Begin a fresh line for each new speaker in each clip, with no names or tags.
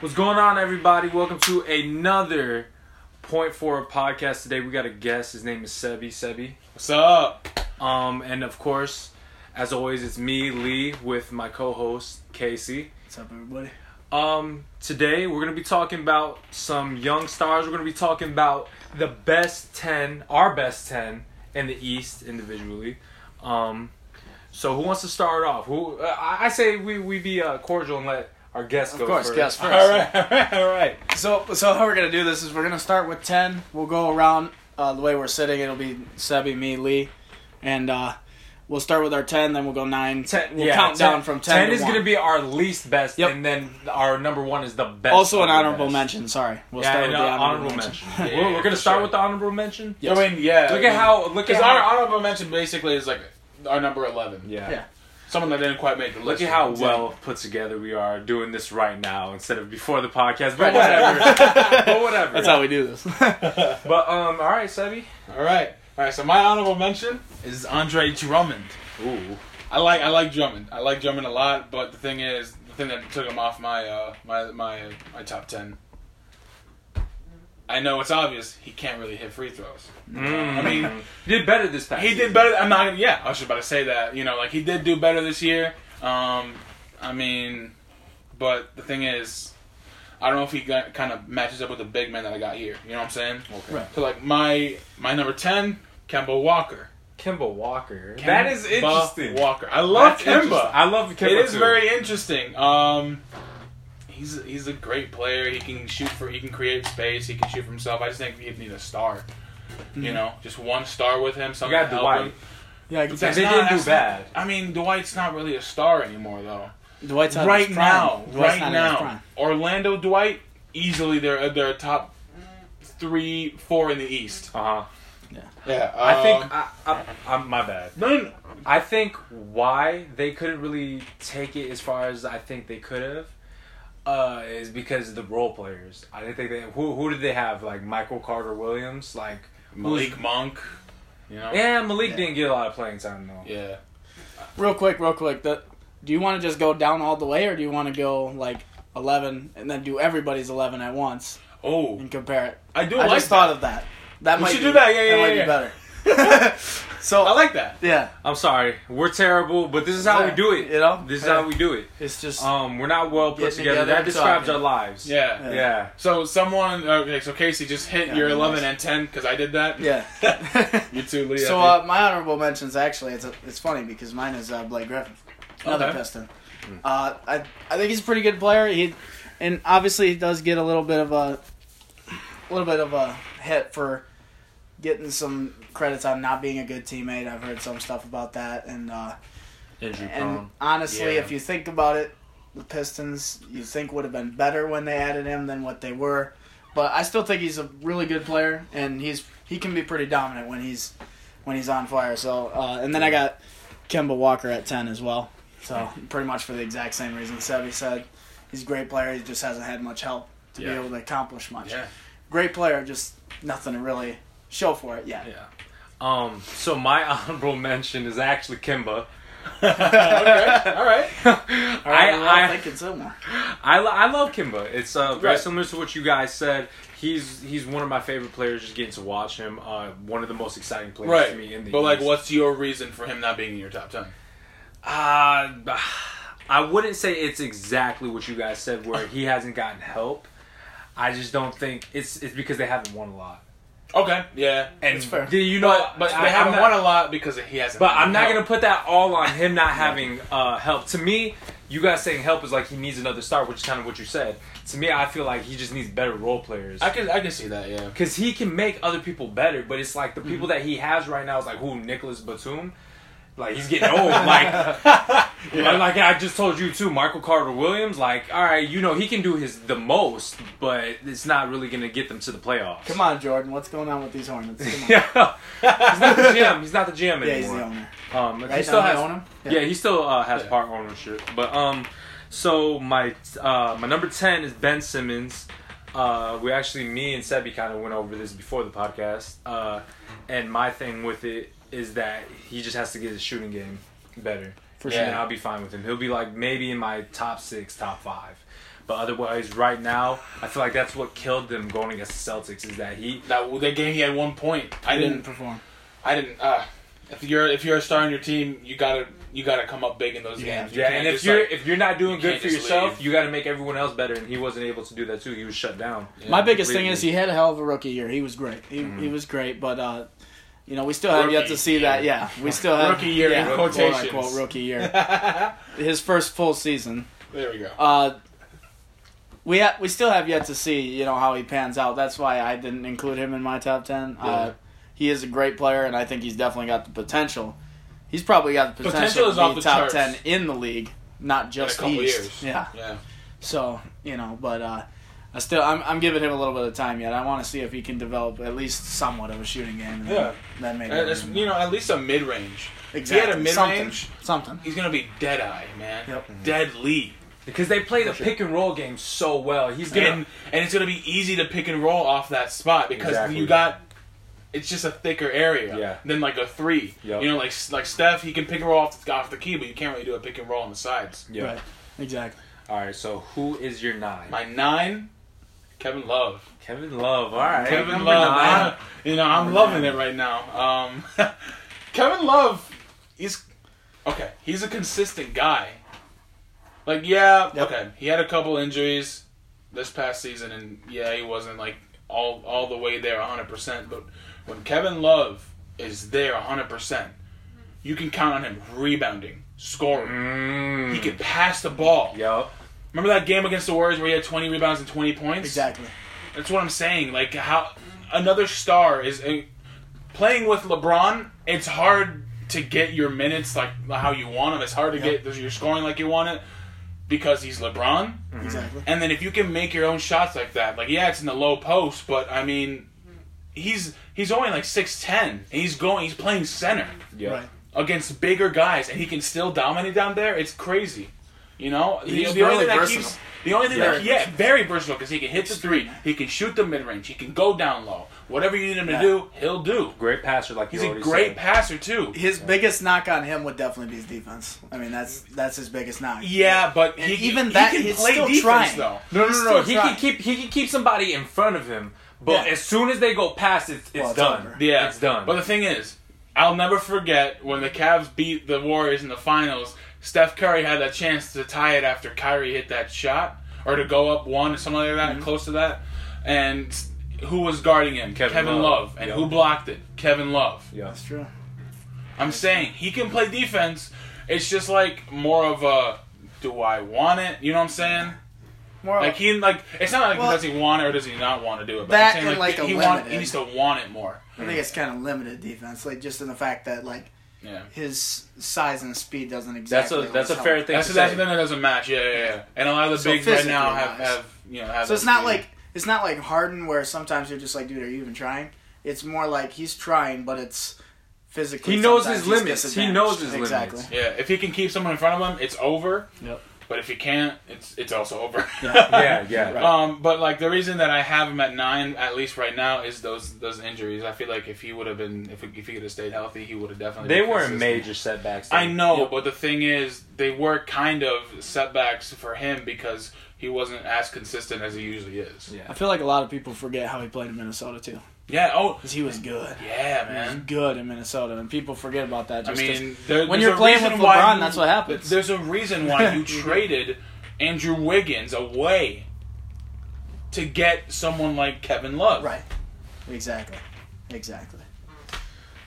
What's going on, everybody? Welcome to another Point Four podcast. Today we got a guest. His name is Sebi. Sebi.
What's up?
Um, and of course, as always, it's me, Lee, with my co-host Casey.
What's up, everybody?
Um, today we're gonna be talking about some young stars. We're gonna be talking about the best ten, our best ten in the East individually. Um, so who wants to start off? Who uh, I I say we we be uh, cordial and let our guest go
course,
first.
guest first.
All right, all right, all right.
So, so how we're gonna do this is we're gonna start with ten. We'll go around uh, the way we're sitting. It'll be Sebi, me, Lee, and uh, we'll start with our ten. Then we'll go nine.
Ten,
we'll
yeah,
count
10
down from ten. to
is
one.
going to be our least best,
Yep.
and then our number one is the best.
also an
of the
honorable
best.
mention. Sorry, we'll
Yeah,
start
and,
with
uh,
the
honorable, mention. We're- we're, going to
for
start
sure.
with the honorable mention.
Yes.
I mean, yeah.
Look at how. Look at
Because our
how.
honorable mention basically is like our number eleven.
Yeah.
Yeah.
Someone that didn't quite make the
Look
list.
at how
Exactly.
well put together we are doing this right now instead of before the podcast. But
Right.
whatever. but whatever.
That's how we do this.
But um, all right, Sebi.
All right, all right. So my honorable mention is Andre Drummond.
Ooh.
I like I like Drummond. I like Drummond a lot. But the thing is, the thing that took him off my uh, my my my top ten. I know it's obvious he can't really hit free throws.
Mm.
I mean,
he did better this past.
He
season.
did better. I'm not gonna. Yeah, I was just about to say that. You know, like he did do better this year. Um, I mean, but the thing is, I don't know if he got, kind of matches up with the big man that I got here. You know what I'm saying?
Okay.
Right.
So like my my number ten, Kemba Walker.
Kimba Walker. that is
Kemba
interesting.
Walker. I
That's
love Kemba.
interesting. I love Kimba.
it is
too.
very interesting. Um, he's he's a great player. He can shoot for. He can create space. He can shoot for himself. I just think he needs a star. You know, just one star with him.
Mm-hmm. You
Something
got
to help
Dwight.
him.
yeah,
But
I can
They
that's
say
not-
didn't do
that's
bad.
I mean, Dwight's not really a star anymore, though.
Dwight's not in
right
his prime.
now,
Dwight's
right
not in his prime.
now, Orlando Dwight easily they're they're top three, four in the East.
Uh huh.
Yeah, uh,
I think Uh, I, I, I'm my bad.
none.
I think why they couldn't really take it as far as I think they could have uh, is because of the role players. I didn't think they who who did they have like Michael Carter Williams like
Malik Monk, you know.
yeah Malik
Yeah.
didn't get a lot of playing time though.
Yeah.
Real quick, real quick. The, do you want to just go down all the way, or do you want to go like eleven and then do everybody's eleven at once
Oh,
and compare it?
I do
I
like
just thought of that. That
We
might
should
be,
do that. Yeah, yeah,
might
yeah,
be better. so
I like that.
yeah,
I'm sorry, we're terrible, but this is how we do it.
You know,
This is how we do it.
It's just
Um, we're not well put
Getting
together.
together
That
and
describes
talking.
our lives.
Yeah.
yeah.
So someone, okay, so Casey just hit
Yeah,
your
nice.
11 and 10 because I did that.
yeah.
you too, Lee.
so
I
uh, my honorable mentions actually it's it's funny because mine is uh, Blake Griffin, another
Okay.
Piston. Uh, I I think he's a pretty good player. He and obviously he does get a little bit of a, a little bit of a hit for getting some credits on not being a good teammate. I've heard some stuff about that and. Uh,
Injury
And honestly,
Yeah.
if you think about it, the Pistons you think would have been better when they added him than what they were. But I still think he's a really good player, and he's he can be pretty dominant when he's when he's on fire. So, uh, and then I got Kemba Walker at ten as well. So pretty much for the exact same reason Sebi said, he's a great player. He just hasn't had much help to
Yeah.
be able to accomplish much.
Yeah.
Great player, just nothing to really show for it yet.
Yeah. Um. So my honorable mention is actually Kimba.
okay. All right.
I, I,
think it's similar.
I, lo- I love Kimba. It's uh, very
Right.
similar to what you guys said. He's he's one of my favorite players. Just getting to watch him, uh, one of the most exciting players
Right.
to me in the.
But like,
East.
what's your reason for him not being in your top 10?
Uh, I wouldn't say it's exactly what you guys said, where he hasn't gotten help. I just don't think it's it's because they haven't won a lot.
Okay. Yeah.
And
That's fair.
do you know,
But, but
I-
they
I'm
haven't
not-
won a lot because he hasn't.
But I'm not
No.
gonna put that all on him not having uh, help. To me, you guys saying help is like he needs another star, which is kind of what you said. To me, I feel like he just needs better role players.
I can I can see that. Yeah.
Because he can make other people better, but it's like the people
Mm-hmm.
that he has right now is like, who, Nicholas Batum? Like, he's getting old. like, like, like I just told you, too, Michael Carter Williams. Like, all right, you know, he can do his the most, but it's not really going to get them to the playoffs.
Come on, Jordan. What's going on with these Hornets? Come on.
Yeah. he's not the GM. He's not the GM anymore.
yeah, he's the owner.
Um, he
Right?
still
Doesn't he
has,
own 'em?
yeah. he still uh, has
Yeah.
part ownership. But um, so my uh my number ten is Ben Simmons. Uh, we actually me and Sebi kind of went over this before the podcast. Uh, and my thing with it is that he just has to get his shooting game better.
for
yeah.
sure.
and I'll be fine with him. He'll be like maybe in my top six, top five. But otherwise, right now, I feel like that's what killed them going against the Celtics is that he.
That that game he had one point. I didn't.
perform.
I didn't. Uh, if you're if you're a star on your team, you gotta you gotta come up big in those
Yeah.
games. You
Yeah,
can't
and if
just,
you're
like-
if you're not doing
you
good
can't
for
just
yourself,
leave.
you got to make everyone else better, and he wasn't able to do that too. He was shut down.
Yeah. Mm-hmm.
My biggest thing
completely.
is he had a hell of a rookie year. He was great. He, he was great, but uh, you know we still have yet
Rookie
to see
year.
that. Yeah, we still have
Rookie year
yeah,
in
quote
quotations.
unquote rookie year. His first full season.
there we go.
Uh, we ha- we still have yet to see you know how he pans out. That's why I didn't include him in my top ten.
Yeah.
Uh, he is a great player, and I think he's definitely got the potential. He's probably got the
Potential
potential, to
is
be
off the
top
charts.
ten in the league, not
In a
just
couple
East.
years.
Yeah.
Yeah.
So you know, but uh, I still I'm I'm giving him a little bit of time yet. I want to see if he can develop at least somewhat of a shooting game. And
Yeah.
Then maybe
Uh, that's- you know, at least a mid range.
exactly
If he had a mid range,
something. something.
he's gonna be dead eye, man.
Yep.
Deadly.
Because they play the
For sure.
pick and roll game so well. He's gonna
And and it's gonna be easy to pick and roll off that spot because
Exactly.
you got it's just a thicker area
Yeah.
than like a three.
Yep.
You know, like like Steph, he can pick and roll off the, off the key, but you can't really do a pick and roll on the sides.
yeah.
Right. Exactly.
All right, so who is your nine?
My nine, Kevin Love.
Kevin Love. All right,
Kevin
number
Love.
nine.
I- you know, I'm loving it right now. Um, Kevin Love is okay. He's a consistent guy. Like, yeah,
Yep.
okay. He had a couple injuries this past season, and yeah, he wasn't like all all the way there 100. percent But when Kevin Love is there 100, percent you can count on him rebounding, scoring.
Mm.
He can pass the ball.
Mm.
Yup.
Remember that game against the Warriors where he had 20 rebounds and 20 points?
Exactly.
That's what I'm saying. Like how another star is uh, playing with LeBron. It's hard to get your minutes like how you want them. It's hard to
Yep.
get your scoring like you want it because he's LeBron.
Exactly.
And then if you can make your own shots like that, like yeah, it's in the low post, but I mean, he's he's only like six ten. He's going. He's playing center
Yup.
Right.
against bigger guys, and he can still dominate down there. It's crazy. You know, The-
He's
the, only
really
thing that
versatile.
keeps the only thing that
Very
yeah, very versatile because he can hit the three, he can shoot the mid range, he can go down low. Whatever you need him to
Yeah.
do, he'll do.
Great passer, like
He's
you
a
already
great
said.
passer too.
His biggest knock on him would definitely be his defense. I mean, that's that's his biggest knock.
Yeah, but
And
he,
even
he
that,
can
he's
play
still
defense
trying.
though.
No, no, no, no.
He's
He
still
can keep he can keep somebody in front of him, but
Yeah.
as soon as they go past, it's it's
Well, it's
done.
over.
Yeah,
it's done.
But the thing is, I'll never forget when the Cavs beat the Warriors in the finals. Steph Curry had that chance to tie it after Kyrie hit that shot, or to go up one or something like that,
Mm-hmm.
close to that. And who was guarding him?
Kevin
Kevin,
Love.
Love. And
Yeah.
who blocked it? Kevin Love.
yeah.
that's true.
I'm saying he can play defense. It's just like more of a, do I want it? You know what I'm saying?
More
Like he like it's not like
Well-
does he want it or does he not want to do it? But
That
I'm saying
and,
like,
like, a
he, want,
limited.
he needs to want it more.
I think it's kind of limited defense, like just in the fact that like
Yeah.
his size and speed doesn't
That's
exactly.
a that's a
always
fair
help.
thing
That's
to
that's
say.
the thing that doesn't match. Yeah, yeah, yeah. And a lot of the
So
bigs right now
physically
have,
wise.
have you know. Have
So it's
those
not
speed.
like it's not like Harden where sometimes you're just like, dude, are you even trying? It's more like he's trying, but it's physically.
He knows
sometimes
his
he's
limits. He knows his
disadvantaged.
limits.
Exactly.
yeah. If he can keep someone in front of him, it's over.
Yep.
But if he can't, it's it's also over.
yeah, yeah.
Right.
Um, but like the reason that I have him at nine, at least right now, is those those injuries. I feel like if he would have been, if he, if he could have stayed healthy, he would have definitely.
They
been
were in
consistent.
major setbacks.
I know,
Yep.
but the thing is, they were kind of setbacks for him because he wasn't as consistent as he usually is.
Yeah.
I feel like a lot of people forget how he played in Minnesota too,
Yeah. Oh.
because he was good.
Yeah,
He was
man.
good in Minnesota, and people forget about that.
I
Just 'cause-
mean, there,
when
there's
you're
a
playing with
reason why
LeBron,
you-
that's what happens.
There's a reason why you traded Andrew Wiggins away to get someone like Kevin Love.
right? Exactly. Exactly.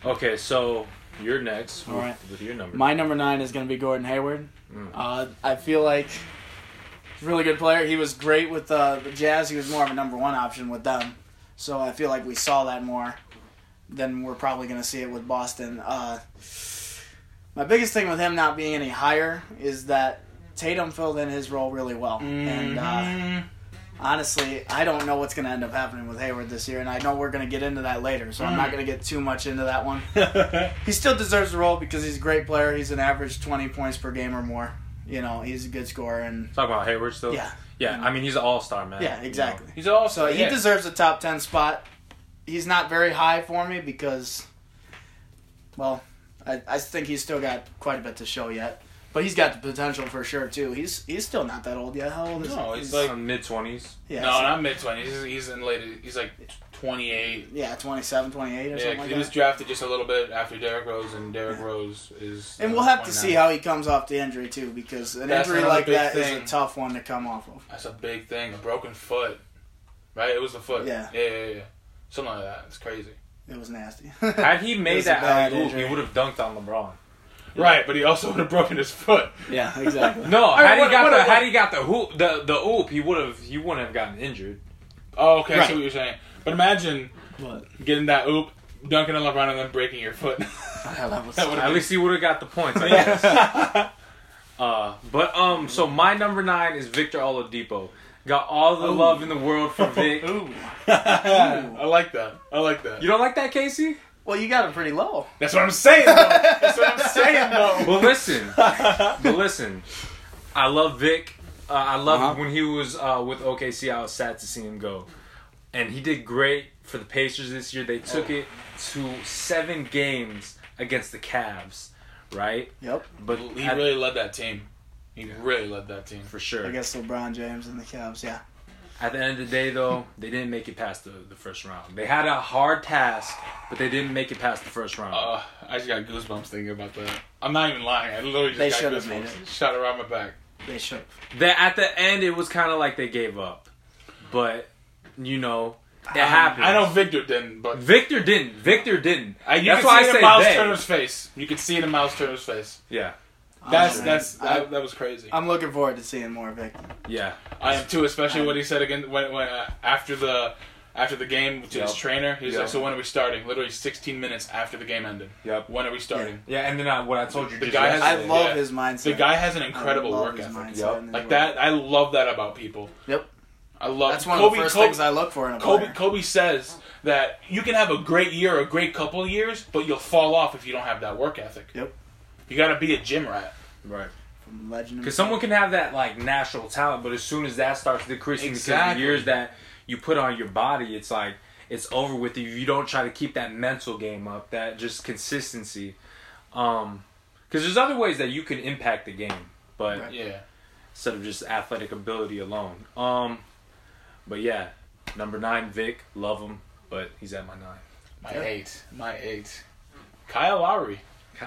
Okay, so you're next.
All
with,
right.
with your number.
My number nine is going to be Gordon Hayward. Uh, I feel like he's a really good player. He was great with uh, the Jazz. He was more of a number one option with them. So I feel like we saw that more than we're probably going to see it with Boston. Uh, my biggest thing with him not being any higher is that Tatum filled in his role really well. And uh,
Mhm.
honestly, I don't know what's going to end up happening with Hayward this year. And I know we're going to get into that later. So I'm not going to get too much into that one
Mm-hmm.
he still deserves the role because he's a great player. He's an average 20 points per game or more. You know, he's a good scorer and
Talk about Hayward still.
yeah,
Yeah, I mean he's an all star man.
yeah,
you
exactly.
He's also
So he
Uh, yeah.
deserves a top 10 spot. He's not very high for me because well, I, I think he's still got quite a bit to show yet. But he's got the potential for sure too. He's he's still not that old yet. How old is
No,
he?
he's like
mid twenties.
yeah,
no,
so-
not mid twenties. He's, he's in late. He's like twenty eight.
yeah, 27, 28
Yeah,
or something
'cause
like
he
that.
was drafted just a little bit after Derrick Rose, and Derrick Rose is.
and
uh,
we'll have to see
29.
how he comes off the injury too, because an
That's
injury
another
like
big
that is
thing.
a tough one to come off of.
That's a big thing. A broken foot, right? It was the foot.
Yeah.
Yeah, yeah, yeah. Something like that. It's crazy.
It was nasty.
Had he
It
made
was a
that
bad
alley oop, he
injury.
would have dunked on LeBron.
Right, but he also would have broken his foot.
yeah, exactly.
No,
I
had
mean, what-
he got
what-
the
what-
had he got the hoop the the oop, he would have he wouldn't have gotten injured.
Oh, okay. I
Right.
see what you're saying. But imagine
but
getting that oop, dunking on LeBron, and then breaking your foot.
that was
That would've
At
been-
least he would have got the points. I guess.
yeah.
Uh, but um, so my number nine is Victor Oladipo. Got all the
Ooh.
love in the world for Vic.
Ooh.
I like that. I like that.
You don't like that, Casey?
Well, you got it pretty low.
That's what I'm saying. Though. That's what I'm saying, though.
Well, listen, but listen, I love Vic. Uh, I love
Uh-huh.
when he was uh, with OKC. I was sad to see him go, and he did great for the Pacers this year. They took it to seven games against the Cavs, right?
Yep.
But
He
at-
really led that team. He really led that team.
for sure.
I guess LeBron James and the Cavs. Yeah.
At the end of the day, though, they didn't make it past the, the first round. They had a hard task, but they didn't make it past the first round.
Uh, I just got goosebumps thinking about that. I'm not even lying. I literally just
They
got
should've
goosebumps.
made it.
Shot around my back.
They should.
That at the end, it was kind of like they gave up, but you know it
Um,
happened.
I know Victor didn't, but
Victor didn't. Victor didn't.
I, Uh, you
That's
can
why I
see it in
say
Miles
they.
Turner's face. You can see it in Miles Turner's face.
Yeah,
I
That's
don't know,
that's
Oh, man.
that, that was crazy.
I, am looking forward to seeing more Vic.
yeah.
I am too, especially
I-
what he said again when, when uh, after the after the game to his
Yep.
trainer. He was
Yep.
like, "So when are we starting?" Literally 16 minutes after the game ended.
Yep.
When are we starting?
Yeah, and then I, what I told you,
The
just
guy has-
I
yesterday-
Yeah.
love his mindset.
The guy has an
I
incredible
love
work
his
ethic.
mindset
Yep.
and his
Like
work.
that, I love that about people.
Yep.
I love
That's one
Kobe,
of the first
Kobe,
things I look for in a
Kobe
player.
Kobe says that you can have a great year, or a great couple of years, but you'll fall off if you don't have that work ethic.
Yep.
You got to be a gym rat.
right?
From legend.
Because someone can have that like natural talent, but as soon as that starts decreasing because of
Exactly.
the years that you put on your body, it's like it's over with you. You don't try to keep that mental game up, that just consistency. Um, because there's other ways that you can impact the game, but
Right.
Yeah.
instead of just athletic ability alone. Um, but yeah, number nine, Vic, love him, but he's at my nine.
My
Yeah.
eight. My eight. Kyle Lowry.
Ky-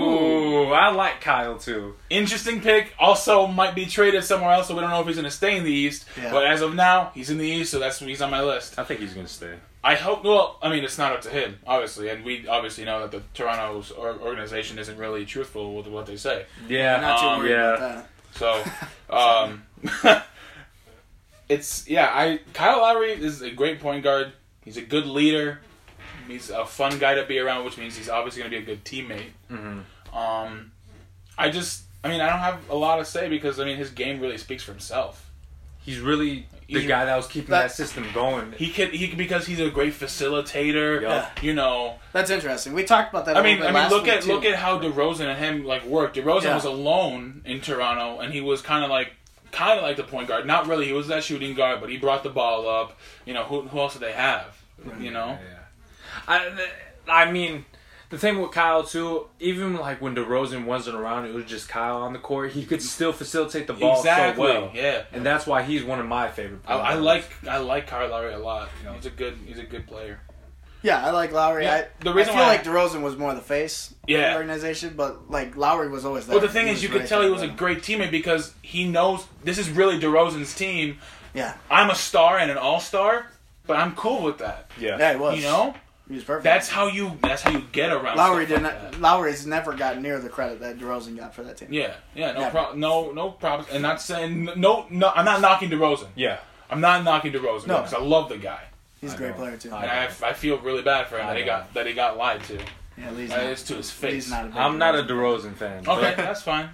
Ooh, I like Kyle too.
Interesting pick. Also, might be traded somewhere else, so we don't know if he's going to stay in the East.
Yeah.
But as of now, he's in the East, so that's he's on my list.
I think he's gonna stay.
I hope. Well, I mean, it's not up to him, obviously, and we obviously know that the Toronto's or- organization isn't really truthful with what they say.
Yeah,
Not too
um,
worried
yeah.
about that.
So, um, it's yeah. I Kyle Lowry is a great point guard. He's a good leader. He's a fun guy to be around, which means he's obviously going to be a good teammate.
Mhm.
Um, I just, I mean, I don't have a lot to say because I mean his game really speaks for himself.
He's really the
He's-
guy that was keeping
that-
that, system going.
He can, he can, because he's a great facilitator.
Yeah.
You know,
That's interesting. We talked about that. a
I mean,
little
I
bit
mean,
last
look
week,
at
too.
look at how DeRozan and him like worked. DeRozan
Yeah.
was alone in Toronto, and he was kind of like kind of like the point guard. Not really. He was that shooting guard, but he brought the ball up. You know, who who else did they have? You know,
Yeah. I, th- I mean, the thing with Kyle too, even like when DeRozan wasn't around, it was just Kyle on the court. He could still facilitate the ball
exactly.
so well,
Yeah.
and that's why he's one of my favorite.
I, I
players.
like I like Kyle Lowry a lot. He's a good he's a good player.
Yeah, I like Lowry.
Yeah,
I,
the reason
I feel
why-
like DeRozan was more the face of
Yeah.
the organization, but like Lowry was always there.
Well, the thing
He
is,
was
you could
right
tell
there
he was a
with him.
great teammate because he knows this is really DeRozan's team.
Yeah.
I'm a star and an all star, but I'm cool with that.
Yeah, he was.
You know,
he was perfect.
that's how you that's how you get around.
Lowry
stuff
did
like
not.
that.
Lowry's never got near the credit that DeRozan got for that team.
Yeah, yeah, no,
Yeah.
pro- no, no problems, and not saying no, no. I'm not knocking DeRozan.
Yeah.
I'm not knocking DeRozan.
No.
because I love the guy,
He's a
I
great
know.
player too.
I
and I, I feel really bad for him
I
that he
know.
got that he got lied to.
yeah, Lee's
That
not,
is to his
Lee's
face.
not a
Okay,
big
I'm not a DeRozan
DeRozan.
fan. But,
that's fine.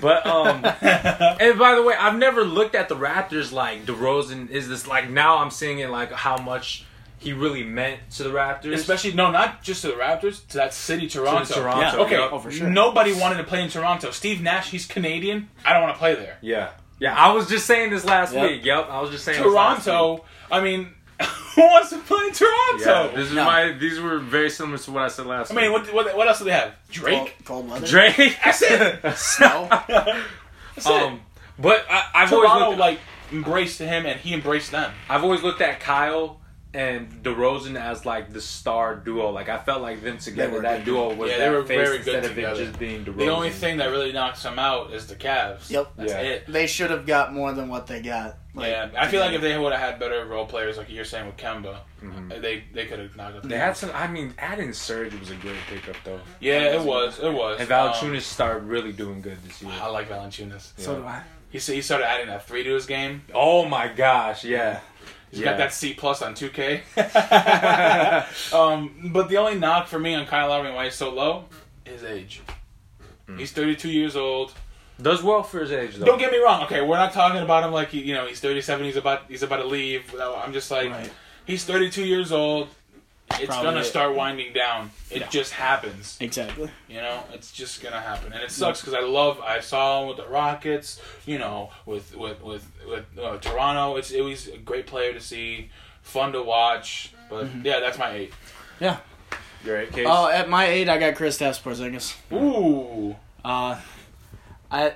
but um, and by the way, I've never looked at the Raptors like DeRozan is this like now I'm seeing it like how much he really meant to the Raptors.
Especially no, not just to the Raptors, to that city, Toronto.
Toronto,
Yeah.
Okay,
yeah.
Oh, for sure.
nobody wanted to play in Toronto. Steve Nash, he's Canadian. I don't want to play there.
Yeah. Yeah, I was just saying this last
Yep.
week. Yep, I was just saying this last week.
Toronto. I mean, Who wants to play in Toronto?
Yeah, this is
No.
my. These were very similar to what I said last.
I mean,
week.
what, what what else do they have?
Cold,
Drake.
cold weather.
Drake.
That's it.
Snow.
That's
um, but I,
it.
I've always
Toronto
looked,
like embraced him, and he embraced them.
I've always looked at Kyle and DeRozan as like the star duo. Like I felt like them together,
were
that
good.
duo was
Yeah, they
that
were
face
very good
instead of
together.
it just being DeRozan.
The only thing that really knocks him out is the Cavs.
Yep.
That's
Yeah.
it.
They should have got more than what they got. Like,
yeah, I feel like if they would have had better role players, like you're saying with Kemba,
Mhm.
they they could have knocked up.
they had some. I mean, adding Serge was a great pickup though,
Yeah, it was. It was.
and
Um,
Valanciunas started really doing good this year.
I like Valanciunas.
Yeah.
So do I.
He s- he started adding that three to his game.
Oh my gosh, yeah.
He's
Yeah.
got that C plus on 2K. um, but the only knock for me on Kyle Lowry and why he's so low, his age.
Hmm.
He's 32 years old.
Does well for his age though.
Don't get me wrong. Okay, we're not talking about him like he, you know he's 37. He's about he's about to leave. No, I'm just like
Right.
he's 32 years old. It's
Probably
gonna
it.
start winding down. It
Yeah.
just happens.
Exactly.
You know, it's just gonna happen, and it sucks because I love. I saw him with the Rockets. You know, with with with with uh, Toronto. It's it was a great player to see, fun to watch. But
Mm-hmm.
yeah, that's my eight.
Great case.
Oh, at my eight, I got Kristaps Porzingis.
Ooh,
Uh, I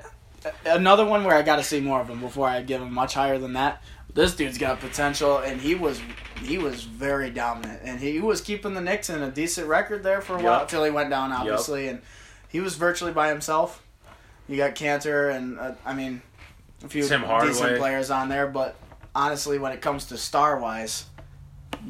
another one where I got to see more of him before I give him much higher than that. This dude's got potential, and he was he was very dominant, and he was keeping the Knicks in a decent record there for a while
Yup.
until he went down, obviously, and he was virtually by himself. You got Cantor, and uh, I mean, a few
Tim
decent
Hardaway.
players on there, but honestly, when it comes to star wise,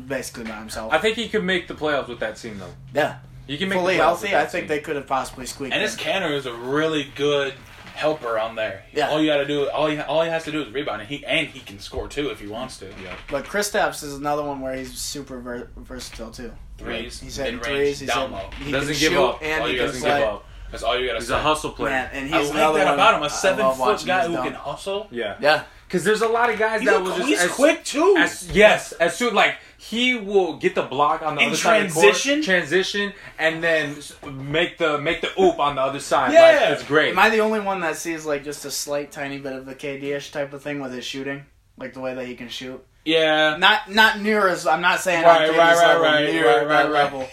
basically by himself.
I think he could make the playoffs with that team though.
yeah,
He can make
fully
the playoffs
healthy,
with that
I think
team.
they could have possibly squeaked.
and
in.
this Canner is a really good helper on there.
Yeah.
all you gotta do, all he all he has to do is rebound, and he and he can score too if he wants to.
Yeah.
But Kristaps is another one where he's super ver- versatile too.
Threes,
He's hitting
mid
threes.
range,
He's
down
hitting-
low.
he
Doesn't
can
give
shoot
up.
And
Oh,
he
you gotta
can
doesn't
give
play.
give up.
That's all you gotta
He's
say.
a hustle player.
Man, and he's
I like
another
that
one
about him.
I
A
love
seven foot
watching
guy
his
who
dunk.
can hustle.
Yeah.
Yeah,
Because there's a lot of guys
He's,
that
a-
was just
he's
as-
quick too.
As, yes, as soon like he will get the block on the
In
other side of the court,
transition?
transition, and then s- make the make the oop on the other side.
Yeah.
like, it's great.
am I the only one that sees like just a slight, tiny bit of the KD-ish type of thing with his shooting, like the way that he can shoot?
yeah,
Not not near as I'm not saying
Right,
on KD's
right, right,
level,
right,
near
right,
that
right,
level,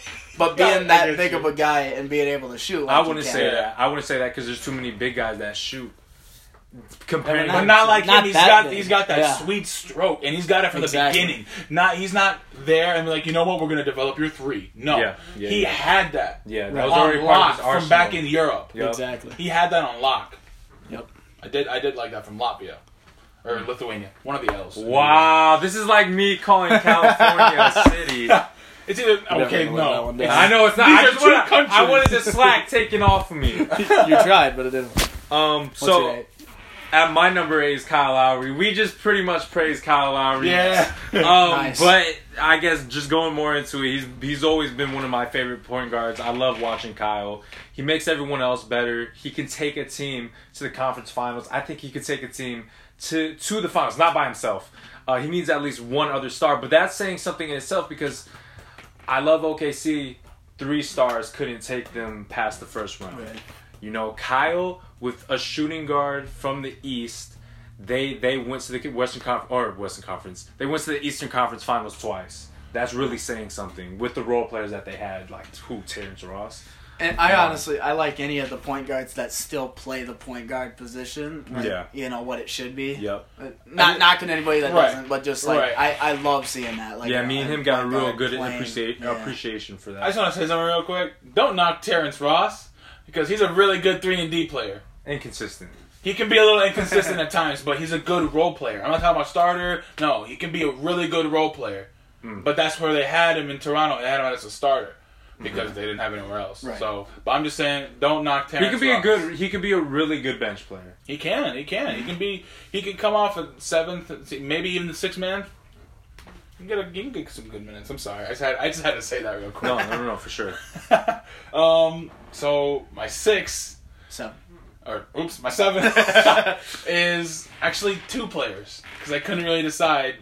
but
Yeah, I
being that
get
big
you.
of a guy and being able to shoot, like
I
he
wouldn't
can.
say that. I wouldn't say that because there's too many big guys that shoot. Comparing,
but
Not-
not like
not
him. He's
that
got
big.
he's got that
Yeah.
sweet stroke, and he's got it from
Exactly.
the beginning. Not he's not there and be like you know what we're gonna develop your three. No,
Yeah, yeah,
he
yeah.
had that.
yeah,
Right.
that was
on
already part of his
lock
arsenal.
from back in Europe.
Yep.
exactly.
He had that on lock.
Yep.
I did. I did like that from Latvia or Lithuania. One of the L's.
Wow, this is like me calling California a city.
It's either okay.
gonna let that
No,
one
It's-
down.
I know it's not.
These
I,
are
just
two
wanna- I
countries.
wanted the slack taken off of me.
you tried, but it didn't. What's
Um,
your
so
eight?
at my number eight is Kyle Lowry. We just pretty much praised Kyle Lowry.
Yeah. Uh,
Um,
Nice.
but I guess just going more into it, he's he's always been one of my favorite point guards. I love watching Kyle. He makes everyone else better. He can take a team to the conference finals. I think he could take a team to to the finals, not by himself. Uh, he needs at least one other star, but that's saying something in itself because I love OKC. Three stars couldn't take them past the first round.
Right.
You know, Kyle with a shooting guard from the East, they they went to the Western Conference or Western Conference. They went to the Eastern Conference Finals twice. That's really saying something with the role players that they had, like who Terrence Ross.
And I honestly, I like any of the point guards that still play the point guard position. like,
Yeah.
You know what it should be.
Yep.
Uh, Not knocking anybody that
Right.
doesn't, but just like
Right.
I, I love seeing that. Like
Yeah, me and him got a
point
real
guard
good
playing.
appreciate
Yeah.
appreciation for
I just
that.
want to say something real quick. Don't knock Terrence Ross because he's a really good three and D player.
Inconsistent.
He can be a little inconsistent at times, but he's a good role player. I'm not talking about starter. No, he can be a really good role player.
Hmm.
But that's where they had him in Toronto. They had him as a starter because they didn't have anywhere else.
Right.
So, but I'm just saying, don't knock Terrence.
Hmm. He could be a
Ross.
good. He could be a really good bench player.
He can. He can. He can be. He can come off at seventh, maybe even the sixth man. You can get a, you can get some good minutes. I'm sorry. I just had. I just had to say that real quick.
No, no, no, no, for sure.
um. So my sixth
So
or oops, my seven is actually two players because I couldn't really decide.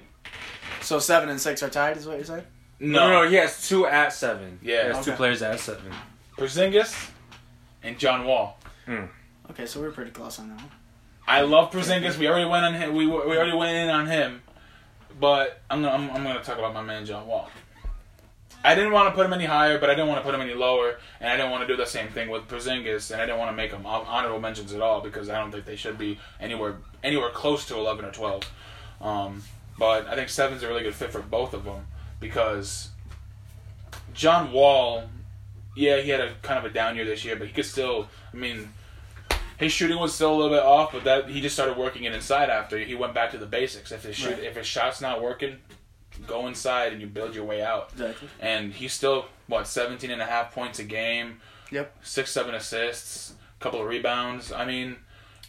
so seven and six are tied, is what you're saying?
No, no, no he has two at seven.
Yeah.
he has two
Okay.
players at seven.
Porzingis and John Wall.
Okay, so we we're pretty close on that. one.
I love Porzingis. We already went on him. We, we already went in on him. But I'm gonna I'm, I'm gonna talk about my man John Wall. I didn't want to put him any higher, but I didn't want to put him any lower, and I didn't want to do the same thing with Porzingis, and I didn't want to make them hon- honorable mentions at all because I don't think they should be anywhere anywhere close to 11 or 12. Um, but I think seven's a really good fit for both of them because John Wall, yeah, he had a kind of a down year this year, but he could still. I mean, his shooting was still a little bit off, but that he just started working it inside after he went back to the basics. If his shoot,
Right.
if his shot's not working, go inside and you build your way out
Exactly.
and he's still what 17 and a half points a game
Yep.
six seven assists a couple of rebounds i mean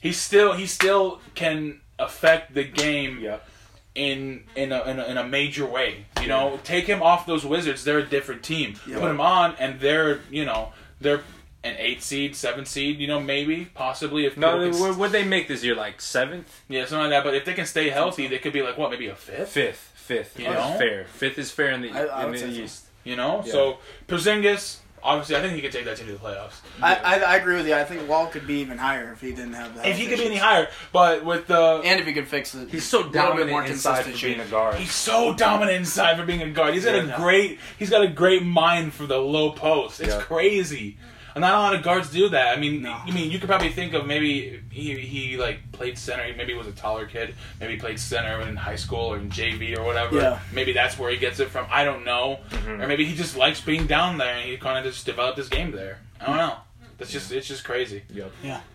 he still he still can affect the game
Yep.
in in a, in a in a major way you know take him off those wizards they're a different team
Yeah.
put him on and they're you know they're an eight seed seven seed you know maybe possibly if
No,
people
they-
can
what
st-
would they make this year? Like seventh,
yeah something like that but if they can stay healthy they could be like what maybe a fifth
fifth, fifth.
You
is
know?
fair. Fifth is fair in the
I- I
in
would
the
say so.
East.
you know
Yeah.
so Porzingis obviously I think he could take that team to the playoffs
I, I I agree with you. I think Wall could be even higher if he didn't have that.
If he could be any higher, but with the
and if he could fix it,
He's so dominant inside for being a guard.
he's so dominant inside for being a guard. He's got
Yeah.
a great he's got a great mind for the low post. It's
Yeah.
crazy. And not a lot of guards do that. I mean,
No.
I mean, you could probably think of maybe he, he like played center. Maybe he was a taller kid. Maybe he played center in high school or in JV or whatever.
Yeah.
Maybe that's where he gets it from. I don't know.
Mm-hmm.
Or maybe he just likes being down there and he kind of just developed his game there. I don't know. That's just it's just crazy.
Yep.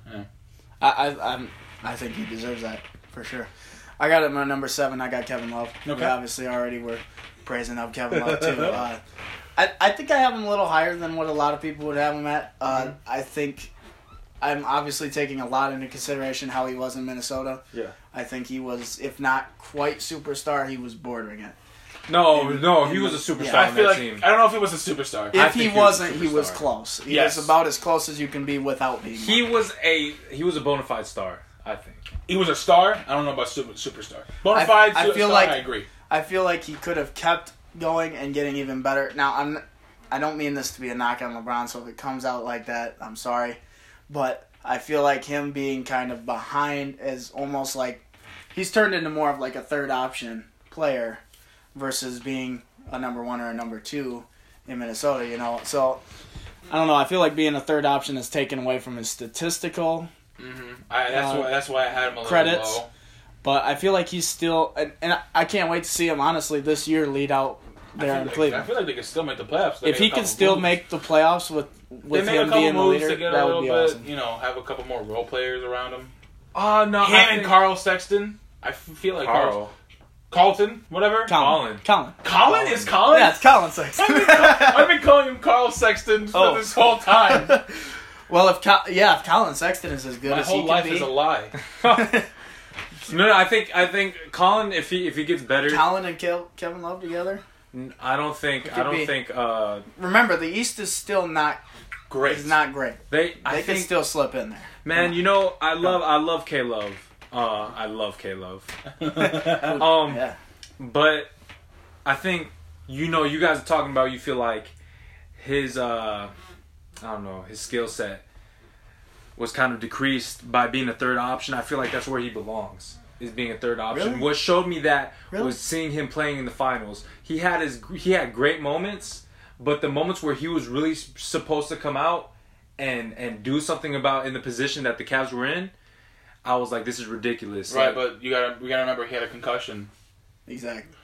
I I I'm, I think he deserves that for sure. I got him at number seven. I got Kevin Love. We
Okay.
obviously already were praising up Kevin Love too. Uh, I I think I have him a little higher than what a lot of people would have him at. Uh,
Mm-hmm.
I think I'm obviously taking a lot into consideration how he was in Minnesota.
Yeah.
I think he was, if not quite superstar, he was bordering it.
No,
And-
no,
and
he was
the-
a superstar
yeah.
I
on
feel
that
like
team.
I don't know if he was a superstar.
I
If he
think he was a
wasn't, he was
superstar.
close. He
Yes.
was about as close as you can be without being.
He
one.
was a he was a bona fide star. I think.
He was a star. I don't know about super, superstar. Bona
I-
fide
I
su-
feel
star,
like-
I agree.
I feel like he could have kept going and getting even better. Now I'm I don't mean this to be a knock on LeBron, so if it comes out like that, I'm sorry. But I feel like him being kind of behind is almost like he's turned into more of like a third option player versus being a number one or a number two in Minnesota, you know. So I don't know, I feel like being a third option is taken away from his statistical
hmm I, that's
Uh,
why that's why I had him a little
credits.
low.
but I feel like he's still, and, and I can't wait to see him honestly this year lead out there
I feel,
in
like, I
Cleveland.
feel like they could still make the playoffs. They
if
made a
he could
couple
still
moves.
make the playoffs with with
they made a
him
couple
being the
moves
leader,
to get
that
a
would
little
be
bit,
awesome.
you know, have a couple more role players around him.
Oh no,
Him and Carl Sexton. I f- feel like Carl.
Carl.
Carlton, whatever.
Colin.
Colin. Colin.
Colin is Colin.
Oh, Yeah, it's Colin Sexton.
I've, been call- I've been calling him Carl Sexton for
Oh.
this whole time.
well, if Col- yeah, if Colin Sexton is as good
My
as he
whole
can
life
be,
is a lie.
No, no, I think I think Colin. If he if he gets better,
Colin and Kel- Kevin Love together.
n- I don't think I
could
don't
be.
think uh
Remember, the East is still not
Great.
is not great.
they.
They
I
can
think
still slip in there.
man, you know I love I love K Love. Uh, I love K Love.
yeah.
Um,
Yeah,
but I think you know you guys are talking about. You feel like his uh, I don't know his skill set was kind of decreased by being a third option. I feel like that's where he belongs. Is being a third option.
Really?
What showed me that
Really?
was seeing him playing in the finals. He had his he had great moments, but the moments where he was really s- supposed to come out and and do something about in the position that the Cavs were in, I was like, this is ridiculous. Like,
Right, but you gotta we gotta remember he had a concussion.
exactly.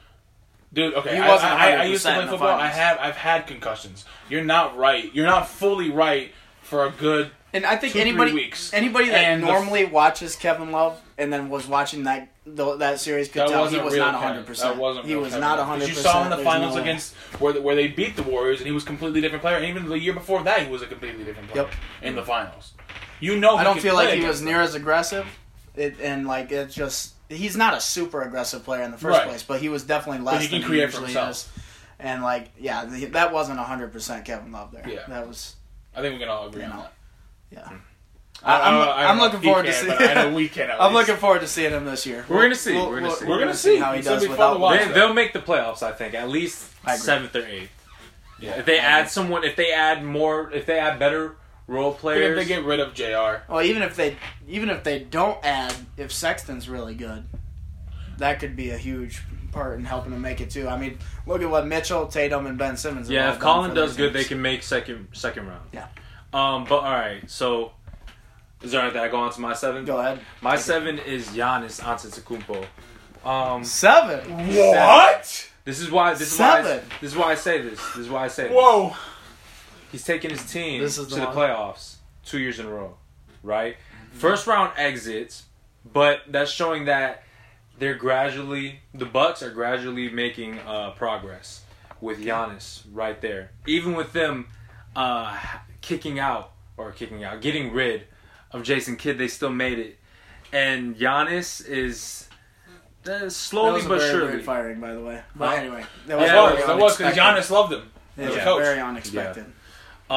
Dude, okay.
He
I,
wasn't
I, I, I used to
100%
play
in the
football. I
finals.
have I've had concussions. You're not right. You're not fully right for a good.
And I think
Two, three
anybody
weeks.
anybody that
And the f-
normally watches Kevin Love and then was watching that the, that series could
That
tell he
wasn't
was
real.
not
Kevin.
100. percent
That wasn't.
He
real
was
Kevin.
not
'Cause
100.
You saw in the finals against where the, where they beat the Warriors, and he was a completely different player. And even the year before that, he was a completely different player
Yep.
in the finals. You know, he
I don't
could
feel like
play
he was
against
near
them.
as aggressive. It, and like it's just he's not a super aggressive player in the first
Right.
place, but he was definitely less.
he can
than
create
he
for
usually
himself.
is. And like yeah, the, that wasn't 100 percent Kevin Love there.
Yeah.
that was.
I think we can all agree
You
on
know.
that.
Yeah.
I- I-
I'm-
I don't
I'm
know
looking
if he
forward to
can,
see-
but I know we can. at
I'm
least.
looking forward to seeing him this year.
We're gonna see. We're gonna see.
We're gonna see.
how he
It's gonna
does
be fun to
without.
watch.
They,
that.
they'll make the playoffs, I think, at least
I agree.
seventh or eighth.
Yeah.
If they add someone, if they add more, if they add better role
Even if
players,
they get rid of Jr.
Well, even if they even if they don't add, if Sexton's really good, that could be a huge part in helping him make it too. I mean, look at what Mitchell, Tatum, and Ben Simmons. have all
Yeah, if
done
Colin
for
does
their
good, they
teams.
can make second second round.
Yeah.
Um, but all right, so is there anything I go on to my seven?
go ahead.
My seven is Giannis Antetokounmpo. Um,
Seven.
What?
this is why this is why, I,
Seven.
this is why I say this. This is why I say this.
Whoa.
He's taking his team
This is the
to the
one. Mm-hmm.
playoffs two years in a row, right? First round exits, but that's showing that they're gradually the Bucks are gradually making uh, progress with Giannis right there. Even with them uh, kicking out or kicking out, getting rid of Jason Kidd, they still made it, and Giannis is uh,
That
slowly
was a
but
very
surely.
weird firing, by the way. But
Huh?
anyway, that
Yeah,
That
it
was
was
that was because Giannis loved him.
Yeah,
as a
yeah,
coach.
very unexpected.
I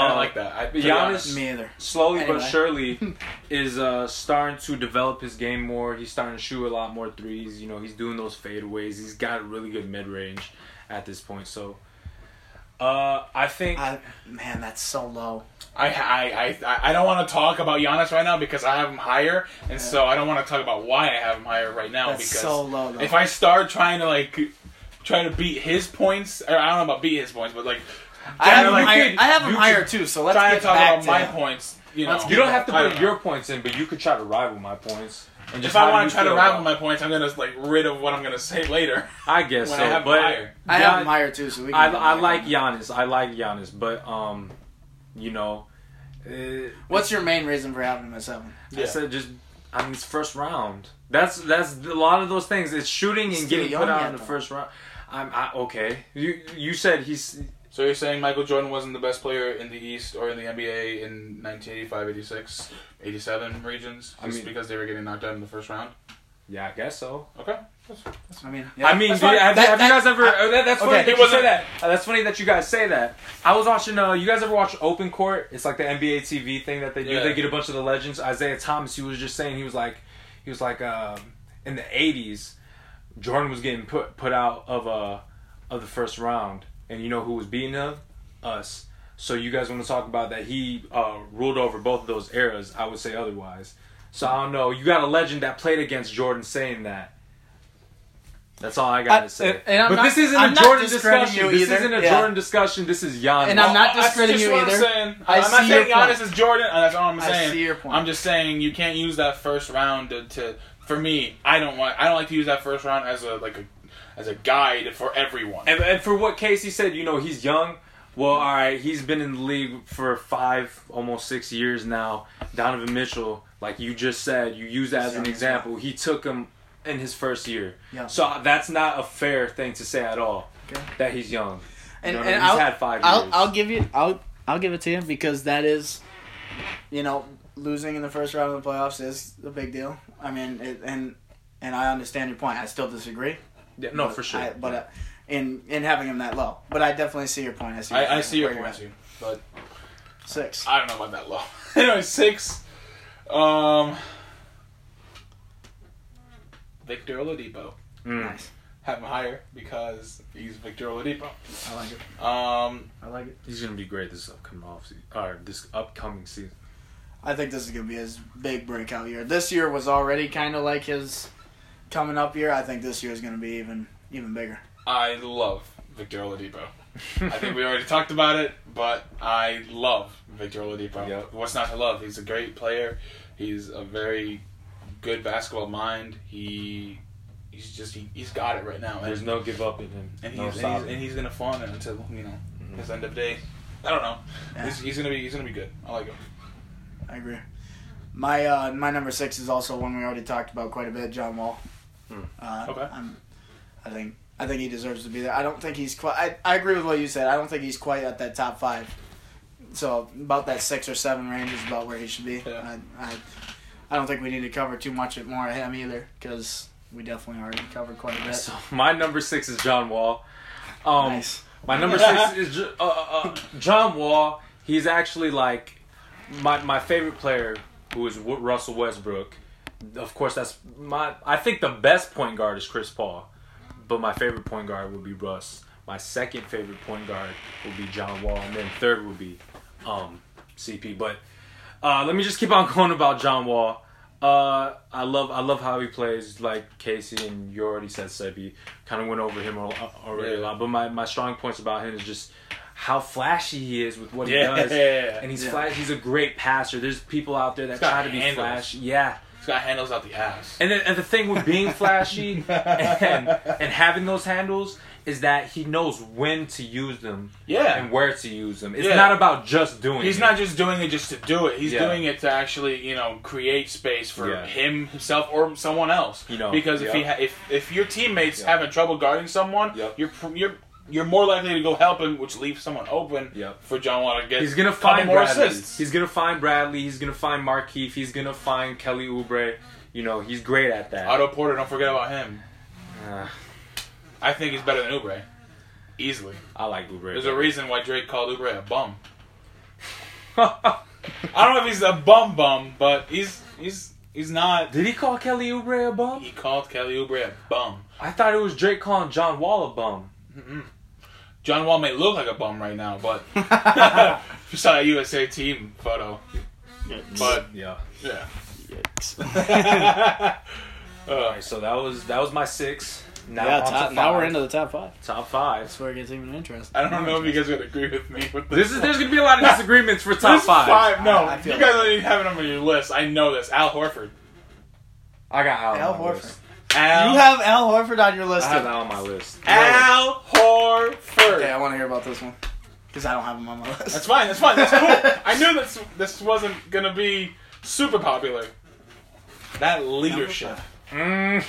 Uh,
don't like that. I, to be
Giannis-
honest,
Me either.
slowly but
Anyway.
surely is uh starting to develop his game more. He's starting to shoot a lot more threes. You know, he's doing those fadeaways. He's got a really good mid range at this point. So uh I think
I, man, that's so low.
I, I, I, I don't want to talk about Giannis right now because I have him higher, and so I don't want to talk about why I have him higher right now
That's
because
so low. Though.
if I start trying to like try to beat his points, or I don't know about beat his points, but like
I have him
like,
higher,
dude,
I have him
you
higher
should
too. So let's
try
get
to talk
back
about
to
my
that.
points, you know,
Let's
you don't have to
I
put
know.
your points in, but you could try to rival my points. And
If I want to try to rival
my
my points, I'm gonna like rid of what I'm gonna say later
I guess
when
so,
I have him
but
higher.
I have him
Gian-
higher too. So we. Can
I,
get
I
back
like
on that.
Giannis. I like Giannis, but um you know uh,
What's your main reason for having him at seven?
I said just I mean it's first round. That's that's a lot of those things. It's shooting and
Still
getting
young
put out
yet,
in the
though.
first round. I'm I, okay. You you said he's
So you're saying Michael Jordan wasn't the best player in the East or in the NBA in 1985, 86, 87 regions,
I
just
mean-
because they were getting knocked out in the first round?
yeah. I guess so.
Okay.
I mean,
I mean,
that's
do-
fine.
have,
That-
have you
that-
guys ever? uh, that- that's funny
okay.
that
He
you say
wasn't-
that. Uh, that's funny that you guys say that. I was watching. Uh, you guys ever watch Open Court? It's like the NBA TV thing that they do.
Yeah.
They get a bunch of the legends. Isaiah Thomas. He was just saying he was like, he was like um, in the '80s. Jordan was getting put put out of uh of the first round, and you know who was beating him? Us. So you guys want to talk about that? He uh, ruled over both of those eras. I would say otherwise. So I don't know. You got a legend that played against Jordan saying that. That's all I got
I-
to say.
and- and I'm
but
not-
this isn't
I'm
a
not
Jordan
discrediting
discussion.
you
This
either.
isn't a
Yeah.
Jordan discussion. This is Giannis.
And I'm not
Well, Oh, that's
discrediting
just
you
what I'm
either.
saying.
I
I'm not
see your
saying Giannis
point.
is Jordan. and That's all I'm
I
saying.
see your point.
I'm just saying you can't use that first round to, to for me. I don't want. I don't like to use that first round as a like a as a guide for everyone.
And, and for what Casey said, you know, he's young. Well, all right, he's been in the league for five, almost six years now. Donovan Mitchell, like you just said, you use that as an example. He took him in his first year.
Yeah.
So that's not a fair thing to say at all.
Okay.
That he's young.
and,
You know,
and
he's
I'll,
had five
I'll,
years.
I'll give you. I'll I'll give it to you because that is, you know, losing in the first round of the playoffs is a big deal. I mean, it, and and I understand your point. I still disagree.
Yeah, no,
but
for sure.
I, but uh, in in having him that low, but I definitely see your point. I see.
I, I see your
where you're
point
at.
too, but
Six.
I don't know about that low. anyway, six. Um, Victor Oladipo.
Mm.
Nice.
Have him higher because he's Victor Oladipo.
I like it.
Um,
I like it.
He's gonna be great this upcoming off season, or this upcoming season.
I think this is gonna be his big breakout year. This year was already kind of like his coming up year. I think this year is gonna be even even bigger.
I love Victor Oladipo. I think we already talked about it, but I love Victor Oladipo.
Yep.
What's not to love? He's a great player. He's a very good basketball mind. He he's just he, he's got it right now. And,
There's no give up in him. Mm-hmm.
and,
no
he's, and, he's,
stopping.
and he's gonna flaunt it until you know his end of day. I don't know.
Yeah.
He's, he's gonna be he's gonna be good. I like him.
I agree. My uh, my number six is also one we already talked about quite a bit, John Wall.
Hmm.
Uh,
Okay.
I'm, I think I think he deserves to be there. I don't think he's quite. I, I agree with what you said. I don't think he's quite at that top five. So about that six or seven range is about where he should be.
Yeah.
I, I I don't think we need to cover too much more of him either because we definitely already covered quite a bit.
So my number six is John Wall. Um,
nice.
My number six is Ju- uh, uh, uh, John Wall. He's actually like my my favorite player, who is W- Russell Westbrook. Of course, that's my. I think the best point guard is Chris Paul, but my favorite point guard would be Russ. My second favorite point guard would be John Wall, and then third would be um, CP. But uh, let me just keep on going about John Wall. Uh, I love I love how he plays. Like Casey and you already said Sebi, kind of went over him al- already a
Yeah.
lot. But my, my strong points about him is just how flashy he is with what he does.
Yeah.
And
And
he's
Yeah.
flashy. He's a great passer. There's people out there that
He's got
try to be
handles.
flashy. Yeah.
he's got handles out the ass.
And then, and the thing with being flashy and, and having those handles is that he knows when to use them
Yeah.
and where to use them. It's
Yeah.
not about just doing.
He's
it.
not just doing it just to do it. He's
Yeah.
doing it to actually, you know, create space for
Yeah.
him, himself, or someone else.
You know,
because if he
yeah.
ha- if if your teammates
Yeah.
having trouble guarding someone,
Yep.
you're pr- you're you're more likely to go help him, which leaves someone open
Yep.
for John Wall to get.
He's gonna
a couple
find
more
Bradley.
assists.
He's gonna find Bradley. He's gonna find Markeith. He's gonna find Kelly Oubre. You know, he's great at that.
Otto Porter, don't forget about him.
Uh,
I think he's better than Ubre, easily.
I like Oubre.
There's a reason why Drake called Ubre a bum.
reason.
I don't know if he's a bum bum, but he's he's he's not.
Did he call Kelly Oubre a bum?
He called Kelly Oubre a bum.
I thought it was Drake calling John Wall a bum.
Mm-mm. John Wall may look like a bum right now, but
Yikes.
you saw a USA team photo. But
Yeah.
yeah. Oh.
All right. So that was that was my six. Now
yeah,
on to
top,
five.
now we're into the top five.
top five.
That's where it gets even interesting.
I don't know if you guys would agree with me with
This is there's gonna be a lot of disagreements for top
This is
five.
No,
I- I feel
you guys don't even have it on your list. I know this. Al Horford.
I got Al.
Al
on my
Horford.
list.
Al.
You have Al Horford on your
I
list.
have
too.
Al on my list.
Al Horford.
Okay, I want to hear about this one because I don't have him on my list.
That's fine. That's fine. That's cool. I knew this this wasn't gonna be super popular. That leadership.
Mm,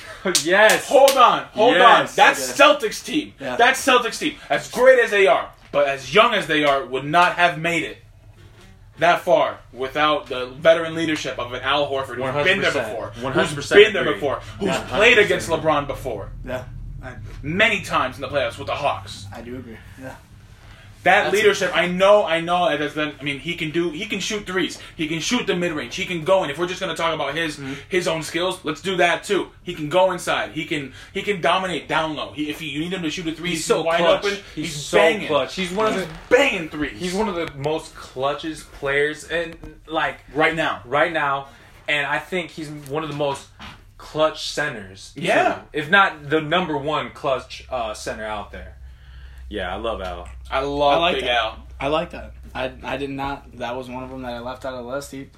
yes.
Hold on, hold
Yes.
on. That's Celtics team.
Yeah.
That's Celtics team. As great as they are, but as young as they are, would not have made it that far without the veteran leadership of an Al Horford who's been there
100%.
before, who's
100%
been there
agree.
before, who's
Yeah.
played against LeBron before
Yeah, I,
many times in the playoffs with the Hawks.
I do agree. Yeah,
That
That's
leadership, I know, I know. It has been. I mean, he can do. He can shoot threes. He can shoot the mid range. He can go in. If we're just gonna talk about his his own skills, let's do that too. He can go inside. He can he can dominate down low. He, if you need him to shoot a three, he's,
He's so
wide
clutch.
open.
he's,
He's,
so
banging.
clutch. He's one of
He's
the
banging threes.
he's one of the most clutchest players and like
right now.
right now, and I think he's one of the most clutch centers.
Yeah.
too. if not the number one clutch uh, center out there. Yeah, I love Al.
I love
I like
Big
that.
Al.
I like that. I I did not. That was one of them that I left out of the list. He,